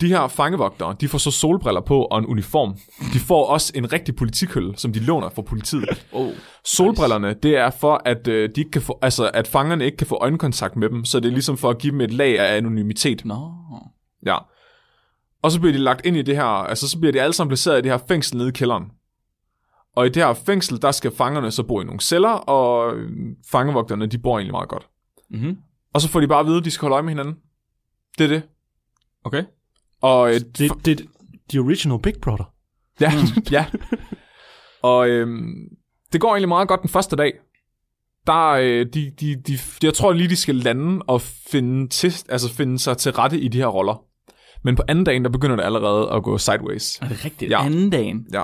[SPEAKER 3] De her fangevogtere, de får så solbriller på og en uniform. De får også en rigtig politikølle, som de låner fra politiet.
[SPEAKER 4] Oh.
[SPEAKER 3] Solbrillerne, det er for, at, øh, de ikke kan få, altså, at fangerne ikke kan få øjenkontakt med dem, så det er ligesom for at give dem et lag af anonymitet.
[SPEAKER 4] Nå.
[SPEAKER 3] Ja. Og så bliver de lagt ind i det her, altså så bliver de alle sammen placeret i det her fængsel nede i kælderen. Og i det her fængsel, der skal fangerne så bo i nogle celler, og øh, fangevogterne, de bor egentlig meget godt.
[SPEAKER 4] Mm-hmm.
[SPEAKER 3] Og så får de bare at vide, at de skal holde øje med hinanden. Det er det.
[SPEAKER 4] Okay.
[SPEAKER 3] Og øh,
[SPEAKER 5] Det, det, the original Big Brother.
[SPEAKER 3] Ja, ja. Og øhm, det går egentlig meget godt den første dag. Der, øh, de, de, de, jeg tror lige, de skal lande og finde, til, altså finde sig til rette i de her roller. Men på anden dagen, der begynder det allerede at gå sideways.
[SPEAKER 4] Er det rigtigt?
[SPEAKER 3] Ja.
[SPEAKER 4] Ja. Anden dagen.
[SPEAKER 3] Ja.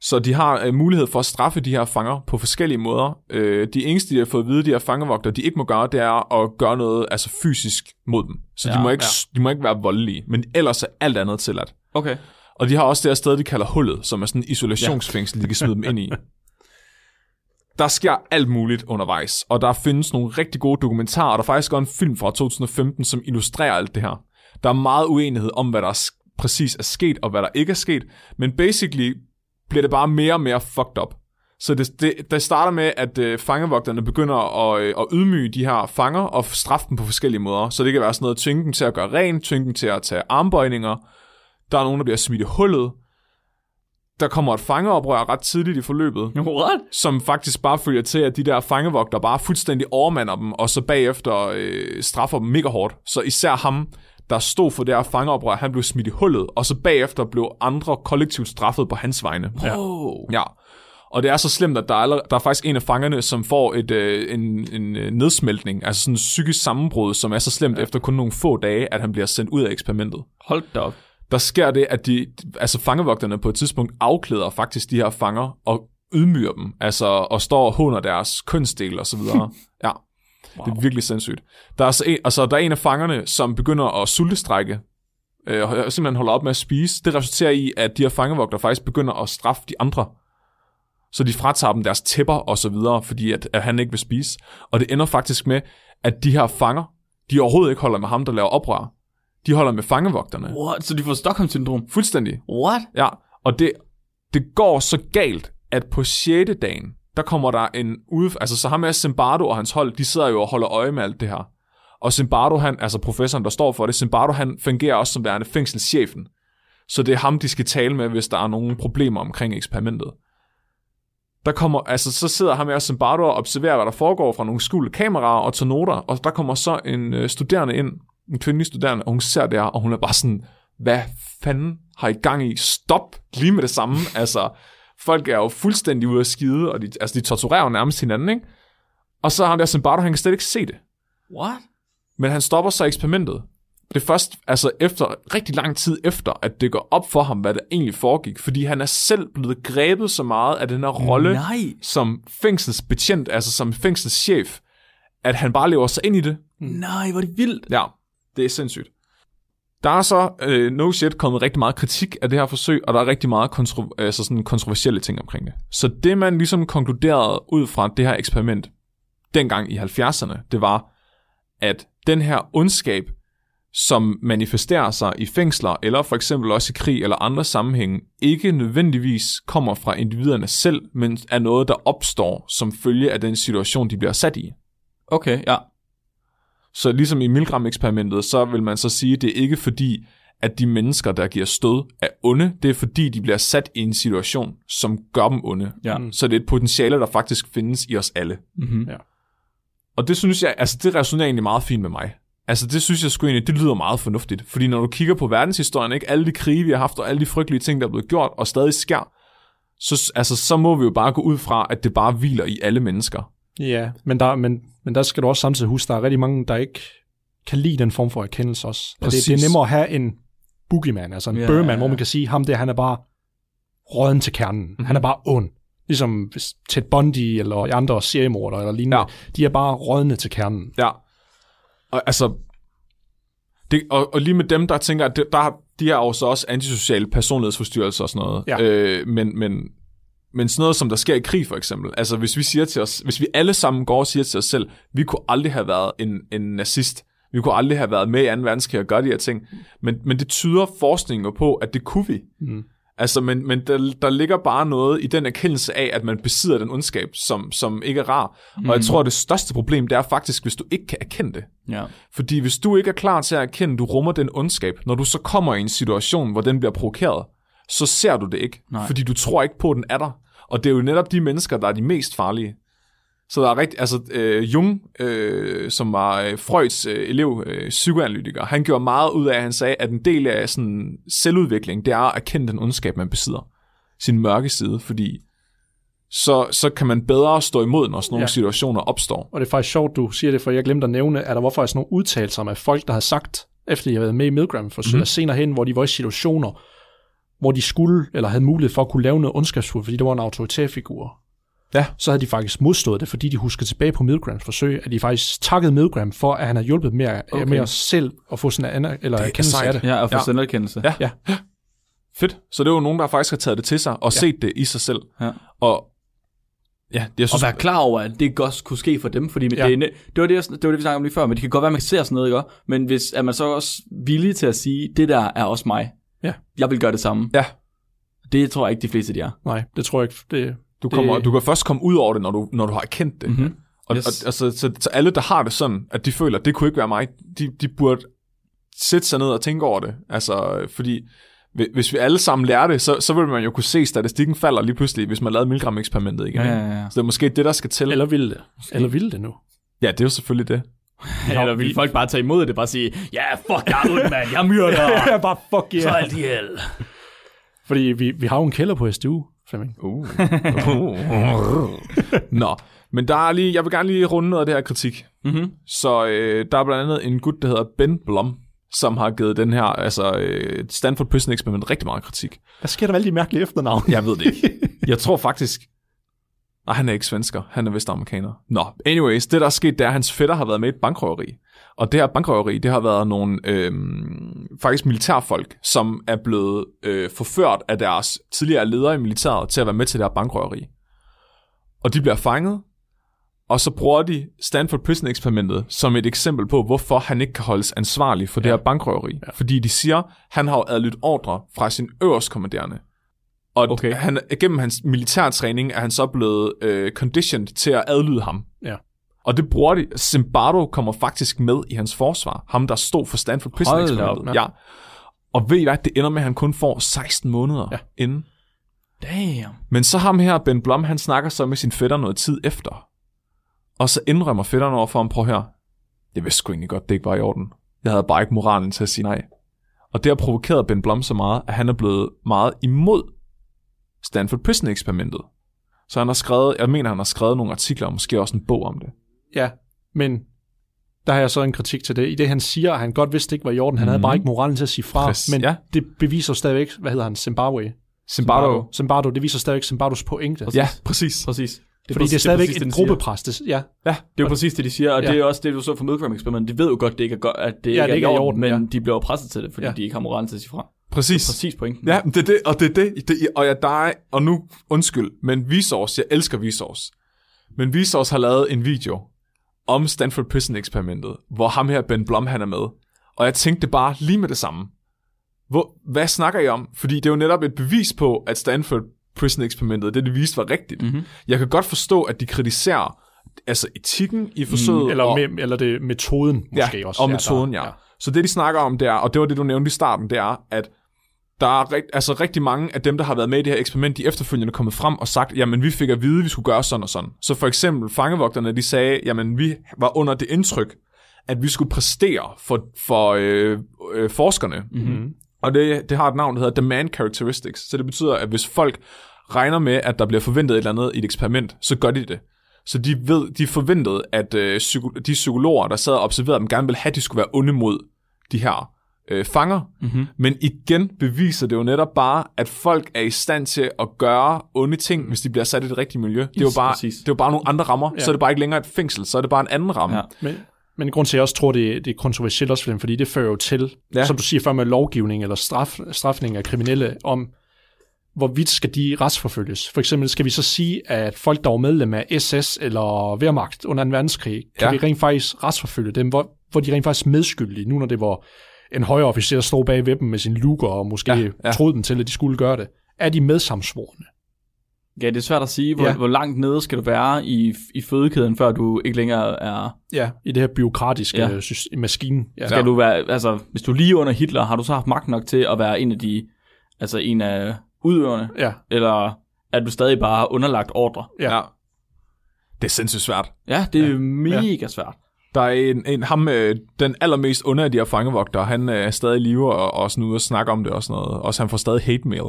[SPEAKER 3] Så de har øh, mulighed for at straffe de her fanger på forskellige måder. Øh, de eneste, de har fået at vide, de her fangevogter, de ikke må gøre, det er at gøre noget altså fysisk mod dem. Så ja, de,
[SPEAKER 4] Ja,
[SPEAKER 3] må ikke, ja. de må ikke være voldelige, men ellers er alt andet tilladt.
[SPEAKER 4] Okay.
[SPEAKER 3] Og de har også det her sted, de kalder hullet, som er sådan en isolationsfængsel, de kan smide dem ind i. Der sker alt muligt undervejs, og der findes nogle rigtig gode dokumentarer, og der er faktisk også en film fra 2015, som illustrerer alt det her. Der er meget uenighed om, hvad der sk- præcis er sket, og hvad der ikke er sket, men basically bliver det bare mere og mere fucked up. Så det, det, det starter med, at øh, fangevogterne begynder at, øh, at ydmyge de her fanger og straffe dem på forskellige måder. Så det kan være sådan noget, tvinge dem til at gøre rent, tvinge dem til at tage armbøjninger, der er nogen, der bliver smidt i hullet. Der kommer et fangeoprør ret tidligt i forløbet,
[SPEAKER 4] What?
[SPEAKER 3] som faktisk bare følger til, at de der fangevogter bare fuldstændig overmander dem, og så bagefter øh, straffer dem mega hårdt. Så især ham, der stod for det her fangeoprør, han blev smidt i hullet, og så bagefter blev andre kollektivt straffet på hans vegne.
[SPEAKER 4] Ja. Oh.
[SPEAKER 3] Ja. Og det er så slemt, at der er, allerede- der er faktisk en af fangerne, som får et, øh, en, en øh, nedsmeltning, altså sådan en psykisk sammenbrud, som er så slemt efter kun nogle få dage, at han bliver sendt ud af eksperimentet
[SPEAKER 4] Hold da op.
[SPEAKER 3] der sker det, at de, altså fangevogterne på et tidspunkt afklæder faktisk de her fanger og ydmyger dem, altså og står og håner deres kønsdel og så videre. ja. Wow. Det er virkelig sindssygt. Der er, så en, altså, der er en af fangerne, som begynder at sultestrække, øh, og simpelthen holder op med at spise. Det resulterer i, at de her fangevogter faktisk begynder at straffe de andre. Så de fratager dem deres tæpper og så videre, fordi at, at han ikke vil spise. Og det ender faktisk med, at de her fanger, de overhovedet ikke holder med ham, der laver oprør. De holder med fangevogterne.
[SPEAKER 4] What? Så de får Stockholm-syndrom?
[SPEAKER 3] Fuldstændig.
[SPEAKER 4] What?
[SPEAKER 3] Ja, og det, det går så galt, at på 6. dagen, der kommer der en ude... Altså, så ham med Zimbardo og hans hold, de sidder jo og holder øje med alt det her. Og Zimbardo, han, altså professoren, der står for det, Zimbardo, han fungerer også som værende fængselschefen. Så det er ham, de skal tale med, hvis der er nogle problemer omkring eksperimentet. Der kommer, altså, så sidder ham med Zimbardo og observerer, hvad der foregår fra nogle skjulte kameraer og tager noter, og der kommer så en øh, studerende ind, en kvindelig studerende, og hun ser det her, og hun er bare sådan, hvad fanden har I gang i? Stop lige med det samme. altså, folk er jo fuldstændig ude af skide, og de, altså, de torturerer jo nærmest hinanden, ikke? Og så har han der Zimbardo, han kan slet ikke se det.
[SPEAKER 4] What?
[SPEAKER 3] Men han stopper så eksperimentet. Det er først altså efter, rigtig lang tid efter, at det går op for ham, hvad der egentlig foregik, fordi han er selv blevet grebet så meget af den her rolle
[SPEAKER 4] Nej.
[SPEAKER 3] som fængselsbetjent, altså som fængselschef, at han bare lever sig ind i det.
[SPEAKER 4] Nej, hvor er det vildt.
[SPEAKER 3] Ja, det er sindssygt. Der er så, øh, no shit, kommet rigtig meget kritik af det her forsøg, og der er rigtig meget kontro- altså sådan kontroversielle ting omkring det. Så det, man ligesom konkluderede ud fra det her eksperiment, dengang i 70'erne, det var, at den her ondskab, som manifesterer sig i fængsler, eller for eksempel også i krig eller andre sammenhænge, ikke nødvendigvis kommer fra individerne selv, men er noget, der opstår som følge af den situation, de bliver sat i.
[SPEAKER 4] Okay, ja.
[SPEAKER 3] Så ligesom i Milgram-eksperimentet, så vil man så sige, at det er ikke fordi, at de mennesker, der giver stød, er onde. Det er fordi, de bliver sat i en situation, som gør dem onde.
[SPEAKER 4] Ja.
[SPEAKER 3] Så det er et potentiale, der faktisk findes i os alle.
[SPEAKER 4] Mm-hmm.
[SPEAKER 3] Og det synes jeg, altså det resonerer egentlig meget fint med mig. Altså det synes jeg sgu egentlig, det lyder meget fornuftigt. Fordi når du kigger på verdenshistorien, ikke alle de krige, vi har haft, og alle de frygtelige ting, der er blevet gjort, og stadig sker, så, altså, så må vi jo bare gå ud fra, at det bare hviler i alle mennesker.
[SPEAKER 5] Ja, men der, men, men der skal du også samtidig huske, der er rigtig mange, der ikke kan lide den form for erkendelse også. At Det, det
[SPEAKER 3] Præcis.
[SPEAKER 5] er nemmere at have en boogeyman, altså en
[SPEAKER 4] Ja.
[SPEAKER 5] yeah. bøgeman, hvor man kan sige, ham der, han er bare råden til kernen. Mm-hmm.
[SPEAKER 3] Mhm.
[SPEAKER 5] Han er bare ond. Ligesom hvis Ted Bundy eller andre seriemorder eller lignende.
[SPEAKER 3] Ja.
[SPEAKER 5] Ja. De er bare rådne til kernen.
[SPEAKER 3] Ja. Og altså... Det, og, og lige med dem, der tænker, at det, der, har- de har jo så også antisociale personlighedsforstyrrelser og sådan noget.
[SPEAKER 5] Ja.
[SPEAKER 3] Øh, men, men, men sådan noget, som der sker i krig for eksempel. Altså hvis vi siger til os, hvis vi alle sammen går og siger til os selv, vi kunne aldrig have været en, en nazist, vi kunne aldrig have været med i 2. verdenskrig og gøre de her ting. Men, men det tyder forskningen jo på, at det kunne vi. Mm. Altså, men, men der, der ligger bare noget i den erkendelse af, at man besidder den ondskab, som, som ikke er rar. Mm. Og jeg tror, at det største problem, det er faktisk, hvis du ikke kan erkende det.
[SPEAKER 4] Ja.
[SPEAKER 3] Fordi hvis du ikke er klar til at erkende, at du rummer den ondskab, når du så kommer i en situation, hvor den bliver provokeret, så ser du det ikke, Nej. fordi du tror ikke på, at den er der. Og det er jo netop de mennesker, der er de mest farlige. Så der er rigtig, altså øh, Jung, øh, som var øh, Freuds øh, elev, øh, psykoanalytiker, han gjorde meget ud af, at han sagde, at en del af sådan, selvudvikling, det er at erkende den ondskab, man besidder. Sin mørke side, fordi så, så kan man bedre stå imod, når sådan nogle ja.
[SPEAKER 5] Ja.
[SPEAKER 3] situationer opstår.
[SPEAKER 5] Og det er faktisk sjovt, du siger det, for jeg glemte at nævne, at der var faktisk nogle udtalelser med folk, der havde sagt, efter de havde været med i Milgram for mm-hmm. senere hen, hvor de var i situationer, hvor de skulle, eller havde mulighed for at kunne lave noget ondskabsfuldt, fordi det var en autoritær figur.
[SPEAKER 3] Ja.
[SPEAKER 5] Så havde de faktisk modstået det, fordi de huskede tilbage på Milgrams forsøg, at de faktisk takkede Milgram for, at han havde hjulpet med, okay. med os selv at få sådan en aner- eller
[SPEAKER 3] er
[SPEAKER 5] erkendelse
[SPEAKER 3] sejt.
[SPEAKER 5] af det.
[SPEAKER 4] Ja, og få
[SPEAKER 3] Ja.
[SPEAKER 4] ja. selverkendelse.
[SPEAKER 3] Ja. Fedt. Så det er jo nogen, der faktisk har taget det til sig og ja. set det i sig selv.
[SPEAKER 4] Ja.
[SPEAKER 3] Og ja, det, jeg
[SPEAKER 4] Og
[SPEAKER 3] synes,
[SPEAKER 4] være klar over, at det godt kunne ske for dem, fordi ja.
[SPEAKER 5] Ja.
[SPEAKER 4] det, er ne- det, var det, jeg sn- det var det, vi snakkede om lige før, men det kan godt være, at man ser sådan noget, ikke? også? Men hvis er man så også villig til at sige, det der er også mig.
[SPEAKER 5] Ja.
[SPEAKER 4] Jeg vil gøre det samme.
[SPEAKER 3] ja,
[SPEAKER 4] Det tror jeg ikke, de fleste de er.
[SPEAKER 5] Nej, det tror jeg ikke. Det,
[SPEAKER 3] du, kommer,
[SPEAKER 5] det-
[SPEAKER 3] du kan først komme ud over det, når du, når du har erkendt det.
[SPEAKER 4] Mhm.
[SPEAKER 3] Og, yes.
[SPEAKER 4] Yes.
[SPEAKER 3] og altså, så, så alle, der har det sådan, at de føler, at det kunne ikke være mig, de, de burde sætte sig ned og tænke over det. Altså, fordi hvi- hvis vi alle sammen lærer det, så, så vil man jo kunne se, at statistikken falder lige pludselig, hvis man lavede Milgram-eksperimentet igen. ikke?
[SPEAKER 4] ja.
[SPEAKER 3] Så det er måske det, der skal til.
[SPEAKER 5] eller ville det. Eller ville det nu.
[SPEAKER 3] Ja, det er jo selvfølgelig det.
[SPEAKER 4] Eller vil folk bare tage imod det, bare sige, ja, yeah, fuck, jeg er ond, mand, jeg myrder,
[SPEAKER 5] Ja, bare fuck
[SPEAKER 4] så alt ihjel.
[SPEAKER 5] Fordi vi, vi har jo en kælder på SDU, Flemming.
[SPEAKER 3] Uh. Nå, men der er lige, jeg vil gerne lige runde noget af det her kritik.
[SPEAKER 4] Mm-hmm.
[SPEAKER 3] Så øh, der er blandt andet en gut, der hedder Ben Blom, som har givet den her, altså øh, Stanford Prison Experiment rigtig meget kritik.
[SPEAKER 5] Hvad sker der med alle de mærkelige efternavne?
[SPEAKER 3] Jeg ved det ikke. Jeg tror faktisk, Nej, han er ikke svensker. Han er vist amerikaner. Nå, anyways, det der er sket, det er, at hans fætter har været med i et bankrøveri. Og det her bankrøveri, det har været nogle øhm, faktisk militærfolk, som er blevet øh, forført af deres tidligere ledere i militæret til at være med til det her bankrøveri. Og de bliver fanget, og så bruger de Stanford Prison eksperimentet som et eksempel på, hvorfor han ikke kan holdes ansvarlig for ja. det her bankrøveri. Ja. Fordi de siger, han har jo adlydt ordre fra sin øverstkommanderende. Og okay. han, gennem hans militærtræning er han så blevet øh, conditioned til at adlyde ham.
[SPEAKER 5] Ja.
[SPEAKER 3] Og det bruger de. Zimbardo kommer faktisk med i hans forsvar. Ham, der stod for Stanford Prison
[SPEAKER 4] Hold da
[SPEAKER 3] eksperimentet.
[SPEAKER 4] op,
[SPEAKER 3] Ja. Og ved I hvad, det ender med, at han kun får 16 måneder ja. inden.
[SPEAKER 4] Damn.
[SPEAKER 3] Men så ham her, Ben Blom, han snakker så med sin fætter noget tid efter. Og så indrømmer fætteren over for ham, prøv her. Jeg vidste sgu egentlig godt, det ikke var i orden. Jeg havde bare ikke moralen til at sige nej. Og det har provokeret Ben Blom så meget, at han er blevet meget imod Stanford Prison eksperimentet. Så han har skrevet, jeg mener, han har skrevet nogle artikler, og måske også en bog om det.
[SPEAKER 5] Ja, men der har jeg så en kritik til det. I det, han siger, at han godt vidste det ikke var i orden. Han mm. havde bare ikke moralen til at sige fra.
[SPEAKER 3] Mhm. Præcis,
[SPEAKER 5] men
[SPEAKER 3] ja.
[SPEAKER 5] det beviser stadigvæk, hvad hedder han, Zimbabwe.
[SPEAKER 3] Zimbardo.
[SPEAKER 5] Zimbardo, det viser stadigvæk Zimbardos pointe.
[SPEAKER 3] Ja, præcis.
[SPEAKER 4] Præcis.
[SPEAKER 5] Det fordi det er stadigvæk
[SPEAKER 4] præcis
[SPEAKER 5] det
[SPEAKER 4] det,
[SPEAKER 5] en
[SPEAKER 4] den siger.
[SPEAKER 5] gruppepræst. Det, ja,
[SPEAKER 3] Ja,
[SPEAKER 4] Det er jo præcis det, de siger, og
[SPEAKER 5] Ja.
[SPEAKER 4] ja. det er også det, du så fra Milgram eksperimentet. De ved jo godt, det ikke er, godt, at det ja, ikke er, det ikke er i orden, men ja. de bliver jo presset til det, fordi
[SPEAKER 5] Ja.
[SPEAKER 4] ja. de ikke har moralen til at sige fra.
[SPEAKER 3] præcis.
[SPEAKER 4] Præcis pointen.
[SPEAKER 3] Ja, men det er det, og det er det, det og jeg der er, og nu, undskyld, men Vsauce, jeg elsker Vsauce, men Vsauce har lavet en video om Stanford Prison eksperimentet, hvor ham her, Ben Blom, han er med, og jeg tænkte bare lige med det samme, hvor, hvad snakker I om? Fordi det er jo netop et bevis på, at Stanford Prison eksperimentet, det det viste var rigtigt. Mm-hmm. Jeg kan godt forstå, at de kritiserer altså etikken i forsøget,
[SPEAKER 5] Mm, eller,
[SPEAKER 3] og,
[SPEAKER 5] med, eller det er metoden måske
[SPEAKER 3] ja,
[SPEAKER 5] også.
[SPEAKER 3] Og
[SPEAKER 5] der-
[SPEAKER 3] metoden, ja, ja. Så det, de snakker om, det er, og det var det, du nævnte i starten, det er, at der er rigt, altså rigtig mange af dem, der har været med i det her eksperiment, de efterfølgende er kommet frem og sagt, jamen vi fik at vide, at vi skulle gøre sådan og sådan. Så for eksempel fangevogterne, de sagde, jamen vi var under det indtryk, at vi skulle præstere for, for øh, øh, forskerne.
[SPEAKER 4] Mhm.
[SPEAKER 3] Mm-hmm. Og det, det har et navn, der hedder demand characteristics. Så det betyder, at hvis folk regner med, at der bliver forventet et eller andet i et eksperiment, så gør de det. Så de, ved, de forventede, at øh, psyko- de psykologer, der sad og observerede dem, gerne ville have, at de skulle være onde mod de her øh, fanger.
[SPEAKER 4] Mhm.
[SPEAKER 3] Mm-hmm. Men igen beviser det jo netop bare, at folk er i stand til at gøre onde ting, hvis de bliver sat i det rigtige miljø. Det er jo bare,
[SPEAKER 4] præcis.
[SPEAKER 3] det er jo bare nogle andre rammer. Ja. Så er det bare ikke længere et fængsel, så er det bare en anden ramme.
[SPEAKER 4] Ja.
[SPEAKER 5] Men, men grund til, at jeg også tror, det, det er kontroversielt også for dem, fordi det fører jo til, ja.
[SPEAKER 3] Ja.
[SPEAKER 5] som du siger før med lovgivning eller straf, strafning af kriminelle, om hvorvidt skal de retsforfølges. For eksempel skal vi så sige, at folk, der var medlem af SS eller Wehrmacht under 2. verdenskrig, kan ja.
[SPEAKER 3] Ja.
[SPEAKER 5] vi rent faktisk retsforfølge dem, hvor, hvor de rent faktisk er medskyldige, nu når det var en højere officer, der stod bag ved dem med sin luger og måske ja,
[SPEAKER 3] Ja,
[SPEAKER 5] ja.
[SPEAKER 3] ja.
[SPEAKER 5] troede dem til, at de skulle gøre det. Er de medsamsvorene?
[SPEAKER 4] Ja, det er svært at sige, hvor,
[SPEAKER 5] Ja.
[SPEAKER 4] ja. hvor langt nede skal du være i, i fødekæden, før du ikke længere er...
[SPEAKER 5] Ja. I det her byråkratiske
[SPEAKER 4] Ja.
[SPEAKER 5] ja. system, maskine. Ja.
[SPEAKER 4] Skal ja. du være... Altså, hvis du er lige under Hitler, har du så haft magt nok til at være en af de... Altså, en af udøverne?
[SPEAKER 5] ja.
[SPEAKER 4] Eller er du stadig bare underlagt ordre?
[SPEAKER 5] Ja.
[SPEAKER 3] Ja. Det er sindssygt svært.
[SPEAKER 4] Ja, det er ja. mega ja. svært.
[SPEAKER 3] Der er en, en ham, øh, den allermest onde af de her fangevogtere, han øh, er stadig i live og, og sådan ude og snakke om det og sådan noget. Også han får stadig hate mail.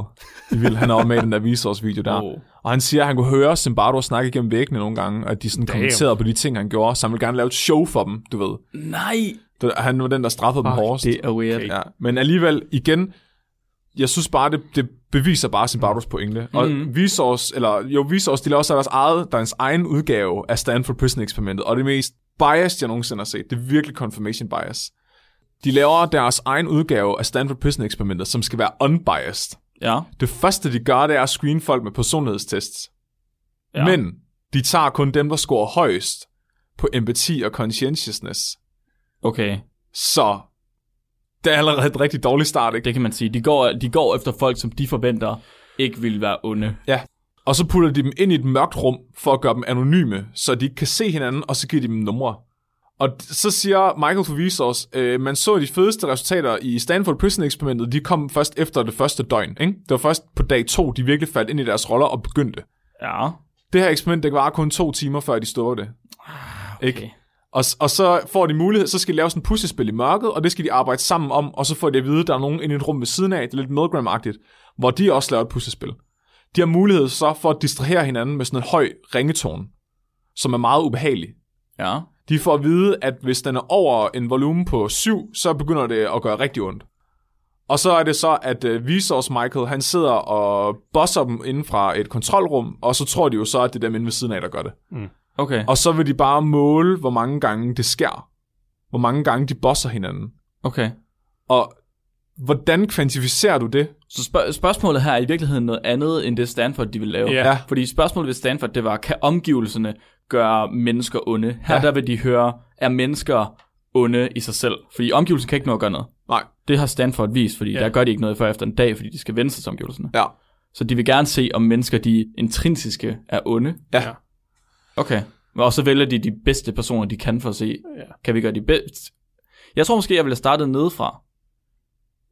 [SPEAKER 3] Det vil han er også med i den der Vsauce video der.
[SPEAKER 4] Oh.
[SPEAKER 3] Oh. Og han siger, at han kunne høre Zimbardo snakke igennem væggene nogle gange, og at de sådan kommenterede på de ting, han gjorde, så han ville gerne lave et show for dem, du ved.
[SPEAKER 4] Nej!
[SPEAKER 3] Det- Han var den, der straffede dem hårdest.
[SPEAKER 4] Det er weird. Okay.
[SPEAKER 3] Ja, men alligevel, igen, jeg synes bare, det, det beviser bare Zimbardos pointe. Og mm-hmm. Vsauce, eller jo, Vsauce, de laver så deres, eget, deres egen udgave af Stanford Prison Experimentet, og det mest biased, jeg nogensinde har set, det er virkelig confirmation bias. De laver deres egen udgave af Stanford Prison Experimentet, som skal være unbiased.
[SPEAKER 4] Ja.
[SPEAKER 3] Det første, de gør, det er at screene folk med personlighedstests.
[SPEAKER 4] Ja.
[SPEAKER 3] Ja. Men de tager kun dem, der scorer højst på empati og conscientiousness.
[SPEAKER 4] Okay.
[SPEAKER 3] Så det er allerede et rigtig dårligt start, ikke?
[SPEAKER 4] Det kan man sige. De går, de går efter folk, som de forventer ikke vil være onde.
[SPEAKER 3] Og så putter de dem ind i et mørkt rum for at gøre dem anonyme, så de ikke kan se hinanden, og så giver de dem numre. Og d- så siger Michael Favisos, øh, man så de fedeste resultater i Stanford Prison eksperimentet, de kom først efter det første døgn. Ikke? Det var først på dag to, de virkelig faldt ind i deres roller og begyndte.
[SPEAKER 4] Ja.
[SPEAKER 3] Det her eksperiment, det var kun to timer, før de stod det.
[SPEAKER 4] Okay. Ikke?
[SPEAKER 3] Og, s- og så får de mulighed, så skal de lave sådan et puslespil i mørket, og det skal de arbejde sammen om, og så får de at vide, at der er nogen inde i et rum ved siden af, det er lidt Milgram-agtigt, hvor de også laver et puslespil. De har mulighed så for at distrahere hinanden med sådan en høj ringetone, som er meget ubehagelig.
[SPEAKER 4] Ja.
[SPEAKER 3] De får at vide, at hvis den er over en volumen på 7, så begynder det at gøre rigtig ondt. Og så er det så, at øh, Resource Michael, han sidder og bosser dem inden fra et kontrolrum, og så tror de jo så, at det er dem inde ved siden af, der gør det.
[SPEAKER 4] Okay,
[SPEAKER 3] Og så vil de bare måle, hvor mange gange det sker. Hvor mange gange de bosser hinanden.
[SPEAKER 4] okay.
[SPEAKER 3] Og hvordan kvantificerer du det?
[SPEAKER 4] Så spørg- spørgsmålet her er i virkeligheden noget andet, end det Stanford, de vil lave.
[SPEAKER 5] Ja.
[SPEAKER 3] Ja.
[SPEAKER 4] Fordi spørgsmålet ved Stanford, det var, kan omgivelserne gøre mennesker onde?
[SPEAKER 3] Ja.
[SPEAKER 4] Her ja. der vil de høre, er mennesker onde i sig selv? Fordi omgivelsen kan ikke nå at gøre noget.
[SPEAKER 3] Nej.
[SPEAKER 4] Det har Stanford vist, fordi
[SPEAKER 5] Ja.
[SPEAKER 4] ja. der gør de ikke noget før efter en dag, fordi de skal vende sig til omgivelserne.
[SPEAKER 3] Ja.
[SPEAKER 4] Så de vil gerne se, om mennesker de intrinsiske er onde.
[SPEAKER 3] Ja.
[SPEAKER 4] Okay. Og så vælger de de bedste personer, de kan for at se,
[SPEAKER 5] Ja.
[SPEAKER 4] kan vi gøre de bedst? Jeg tror måske, jeg ville have startet nedefra.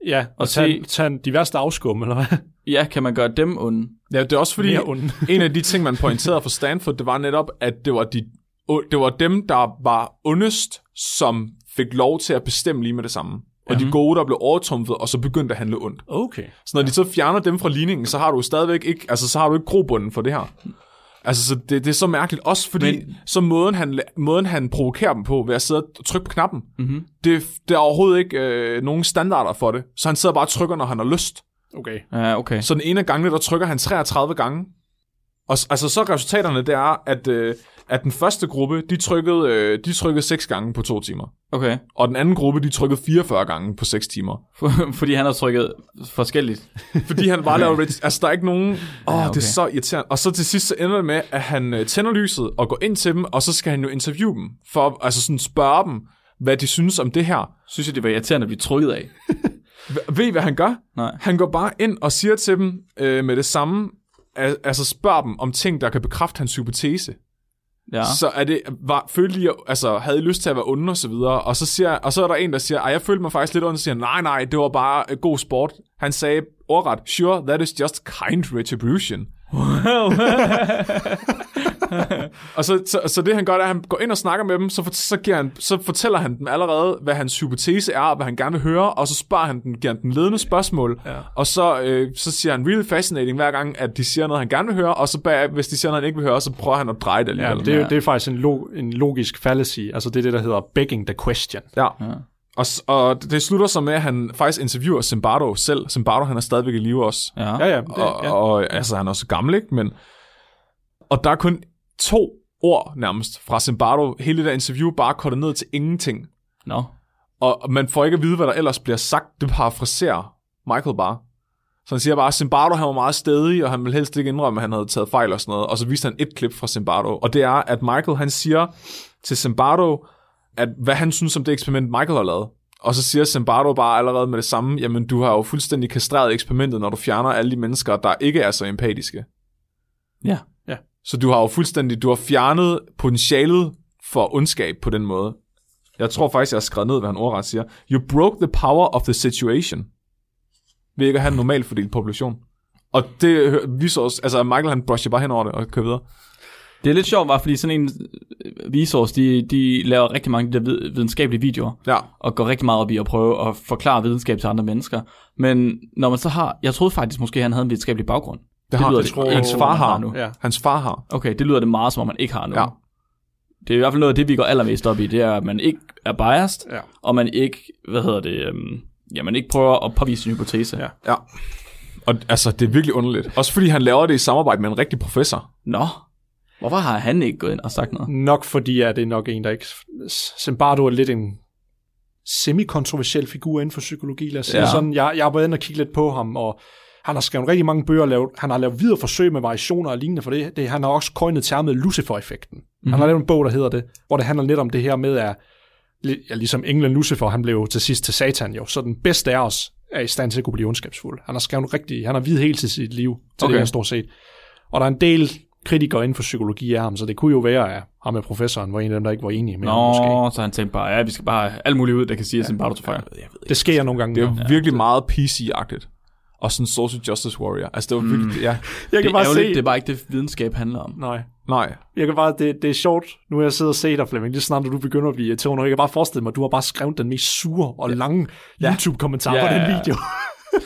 [SPEAKER 5] Ja, og, og
[SPEAKER 4] Og
[SPEAKER 5] tage,
[SPEAKER 4] se-
[SPEAKER 5] tage en- de værste afskum, eller hvad?
[SPEAKER 4] Ja, kan man gøre dem onde?
[SPEAKER 3] Ja, det er også fordi,
[SPEAKER 5] Mere onde.
[SPEAKER 3] en af de ting, man pointerede fra Stanford, det var netop, at det var, de, o- det var dem, der var ondest, som fik lov til at bestemme lige med det samme. Og de gode, der blev overtrumfet, og så begyndte at handle ondt.
[SPEAKER 5] Okay.
[SPEAKER 3] Så når de så fjerner dem fra ligningen, så har du jo stadigvæk ikke, altså så har du ikke grobunden for det her. Altså, så det, det er så mærkeligt. Også fordi, Men... så måden han, la- måden han provokerer dem på, ved at sidde og trykke på knappen, mm-hmm. det, der er overhovedet ikke øh, nogen standarder for det. Så han sidder bare og trykker, når han har lyst.
[SPEAKER 5] Okay.
[SPEAKER 4] Ja, okay.
[SPEAKER 3] Så den ene af gangene, der trykker han 33 gange. Og s- altså, så resultaterne, det er, at, øh, at den første gruppe, de trykkede, øh, de trykkede 6 gange på 2 timer.
[SPEAKER 4] Okay.
[SPEAKER 3] Og den anden gruppe, de trykkede 44 gange på 6 timer.
[SPEAKER 4] For- Fordi han har trykket forskelligt.
[SPEAKER 3] Fordi han bare laver rich. Altså, der er ikke nogen... Åh, oh, okay. det
[SPEAKER 4] okay.
[SPEAKER 3] er så irriterende. Og så til sidst, så ender det med, at han øh, tænder lyset og går ind til dem, og så skal han jo interviewe dem. For at- altså sådan spørge dem, hvad de synes om det her.
[SPEAKER 4] Synes jeg, det var irriterende at blive trykket af.
[SPEAKER 3] H- ved I, hvad han gør?
[SPEAKER 4] Nej.
[SPEAKER 3] Han går bare ind og siger til dem øh, med det samme, al- altså spørger dem om ting, der kan bekræfte hans hypotese.
[SPEAKER 4] Ja.
[SPEAKER 3] Så er det, var, følte I, altså, havde I lyst til at være onde og så videre, og så, siger, og så er der en, der siger, ej, jeg følte mig faktisk lidt ond, og siger, nej, nej, det var bare øh, god sport. Han sagde ordret, sure, that is just kind retribution. og så, så, så, det han gør, det er, at han går ind og snakker med dem, så, for, så, giver han, så fortæller han dem allerede, hvad hans hypotese er, og hvad han gerne vil høre, og så spørger han den, giver han den ledende spørgsmål, ja. og så, øh, så siger han really fascinating hver gang, at de siger noget, han gerne vil høre, og så bag, hvis de siger noget, han ikke vil høre, så prøver han at dreje det
[SPEAKER 5] Ja,
[SPEAKER 3] alligevel.
[SPEAKER 5] det, er, jo- det er faktisk en, log, en logisk fallacy. Altså det er det, der hedder begging the question.
[SPEAKER 3] Ja. ja. Og, s- og det slutter så med, at han faktisk interviewer Zimbardo selv. Zimbardo, han er stadigvæk i live også.
[SPEAKER 4] Ja.
[SPEAKER 5] Ja, ja. Det,
[SPEAKER 3] Og,
[SPEAKER 5] ja.
[SPEAKER 3] og altså, han er også gammel, ikke? Men, og der er kun to ord nærmest fra Zimbardo. Hele det der interview bare kortet ned til ingenting.
[SPEAKER 4] Nå.
[SPEAKER 3] Og man får ikke at vide, hvad der ellers bliver sagt. Det parafraserer Michael bare. Så han siger bare, at Zimbardo han var meget stedig, og han ville helst ikke indrømme, at han havde taget fejl og sådan noget. Og så viste han et klip fra Zimbardo. Og det er, at Michael han siger til Zimbardo, at hvad han synes om det eksperiment, Michael har lavet. Og så siger Zimbardo bare allerede med det samme, jamen du har jo fuldstændig kastreret eksperimentet, når du fjerner alle de mennesker, der ikke er så empatiske.
[SPEAKER 4] Ja.
[SPEAKER 5] Ja.
[SPEAKER 3] Så du har jo fuldstændig, du har fjernet potentialet for ondskab på den måde. Jeg tror faktisk, jeg har skrevet ned, hvad han ordret siger. You broke the power of the situation. Ved ikke at have en normal fordelt population. Og det hø- vi så også, altså Michael han brusher bare hen over det og kører videre.
[SPEAKER 4] Det er lidt sjovt, var, fordi sådan en øh, resource, de, de laver rigtig mange af de der vid- videnskabelige videoer,
[SPEAKER 3] Ja,
[SPEAKER 4] og går rigtig meget op i at prøve at forklare videnskab til andre mennesker. Men når man så har... Jeg troede faktisk måske, han havde en videnskabelig baggrund.
[SPEAKER 3] det, har
[SPEAKER 4] lyder
[SPEAKER 3] han.
[SPEAKER 4] det
[SPEAKER 3] tror,
[SPEAKER 4] ikke
[SPEAKER 3] hans
[SPEAKER 4] som
[SPEAKER 3] far
[SPEAKER 4] om, han
[SPEAKER 3] har.
[SPEAKER 4] har nu.
[SPEAKER 5] Ja.
[SPEAKER 3] Hans far har.
[SPEAKER 4] Okay, det lyder det meget, som om man ikke har nu.
[SPEAKER 3] Ja.
[SPEAKER 4] Det er i hvert fald noget af det, vi går allermest op i, det er, at man ikke er biased,
[SPEAKER 5] Ja.
[SPEAKER 4] og man ikke, hvad hedder det, øhm, ja, man ikke prøver at påvise sin hypotese.
[SPEAKER 5] Ja.
[SPEAKER 3] Ja. Og altså, det er virkelig underligt. Også fordi han laver det i samarbejde med en rigtig professor.
[SPEAKER 4] Nå, hvorfor har han ikke gået ind og sagt noget?
[SPEAKER 5] Nok fordi, at det er nok en, der ikke... Zimbardo er lidt en semi-kontroversiel figur inden for psykologi, lad os sige. Ja.
[SPEAKER 4] Ja.
[SPEAKER 5] Sådan, jeg, jeg har været inde og kigge lidt på ham, og han har skrevet rigtig mange bøger, og lavet, han har lavet videre forsøg med variationer og lignende for det. det han har også coinet termet Lucifer-effekten. Mm-hmm. Han har lavet en bog, der hedder det, hvor det handler lidt om det her med, at li- ja, ligesom englen Lucifer, han blev jo til sidst til satan jo, så den bedste af os er i stand til at kunne blive ondskabsfuld. Han har skrevet rigtig, han har videt helt til sit liv, til okay.
[SPEAKER 4] Okay.
[SPEAKER 5] det her stort set. Og der er en del kritikere inden for psykologi af ham, så det kunne jo være, at ham med professoren var en af dem, der ikke var enige med ham måske.
[SPEAKER 4] Nå, så han tænkte bare, ja, vi skal bare have alt muligt ud, der kan sige, at Zimbardo tog fejl.
[SPEAKER 5] Det sker nogle gange.
[SPEAKER 3] Det er
[SPEAKER 5] jo.
[SPEAKER 3] jo virkelig meget PC-agtigt. Og sådan social justice warrior. Altså, det var virkelig... Mm. Ja.
[SPEAKER 5] Jeg
[SPEAKER 4] Det
[SPEAKER 5] kan
[SPEAKER 4] er
[SPEAKER 5] bare
[SPEAKER 4] ærgerligt,
[SPEAKER 5] se,
[SPEAKER 4] det er bare ikke det, videnskab handler om.
[SPEAKER 5] nej.
[SPEAKER 3] Nej.
[SPEAKER 5] Jeg kan bare, det, det er sjovt, nu er jeg sidder og ser dig, Flemming, lige snart, når du begynder at blive irriterende. Jeg kan bare forestille mig, at du har bare skrevet den mest sure og lange YouTube-kommentar
[SPEAKER 4] Ja,
[SPEAKER 5] på
[SPEAKER 4] ja,
[SPEAKER 5] den
[SPEAKER 4] ja.
[SPEAKER 5] video.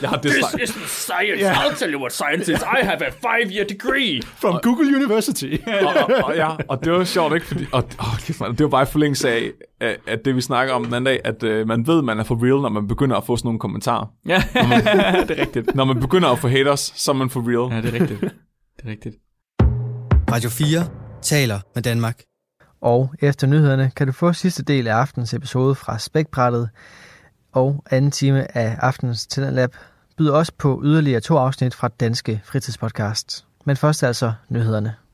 [SPEAKER 3] Jeg har dislike.
[SPEAKER 4] isn't science. Yeah. I'll tell you what science is. I have a five-year degree.
[SPEAKER 5] From Google University.
[SPEAKER 3] og, og, og, ja, og det var sjovt, ikke? Fordi, og, oh, kæft, man, det var bare i forlængelse af, at, at det vi snakker om den anden dag, at øh, man ved, man er for real, når man begynder at få sådan nogle kommentarer.
[SPEAKER 4] Ja, det er rigtigt.
[SPEAKER 3] Når man begynder at få haters, så er man for real.
[SPEAKER 4] Ja, det er rigtigt. Det er rigtigt.
[SPEAKER 1] Radio 4 taler med Danmark.
[SPEAKER 2] Og efter nyhederne kan du få sidste del af aftens episode fra Spækbrættet, og anden time af aftens Talentlab byder også på yderligere to afsnit fra Danske Fritidspodcast. Men først altså nyhederne.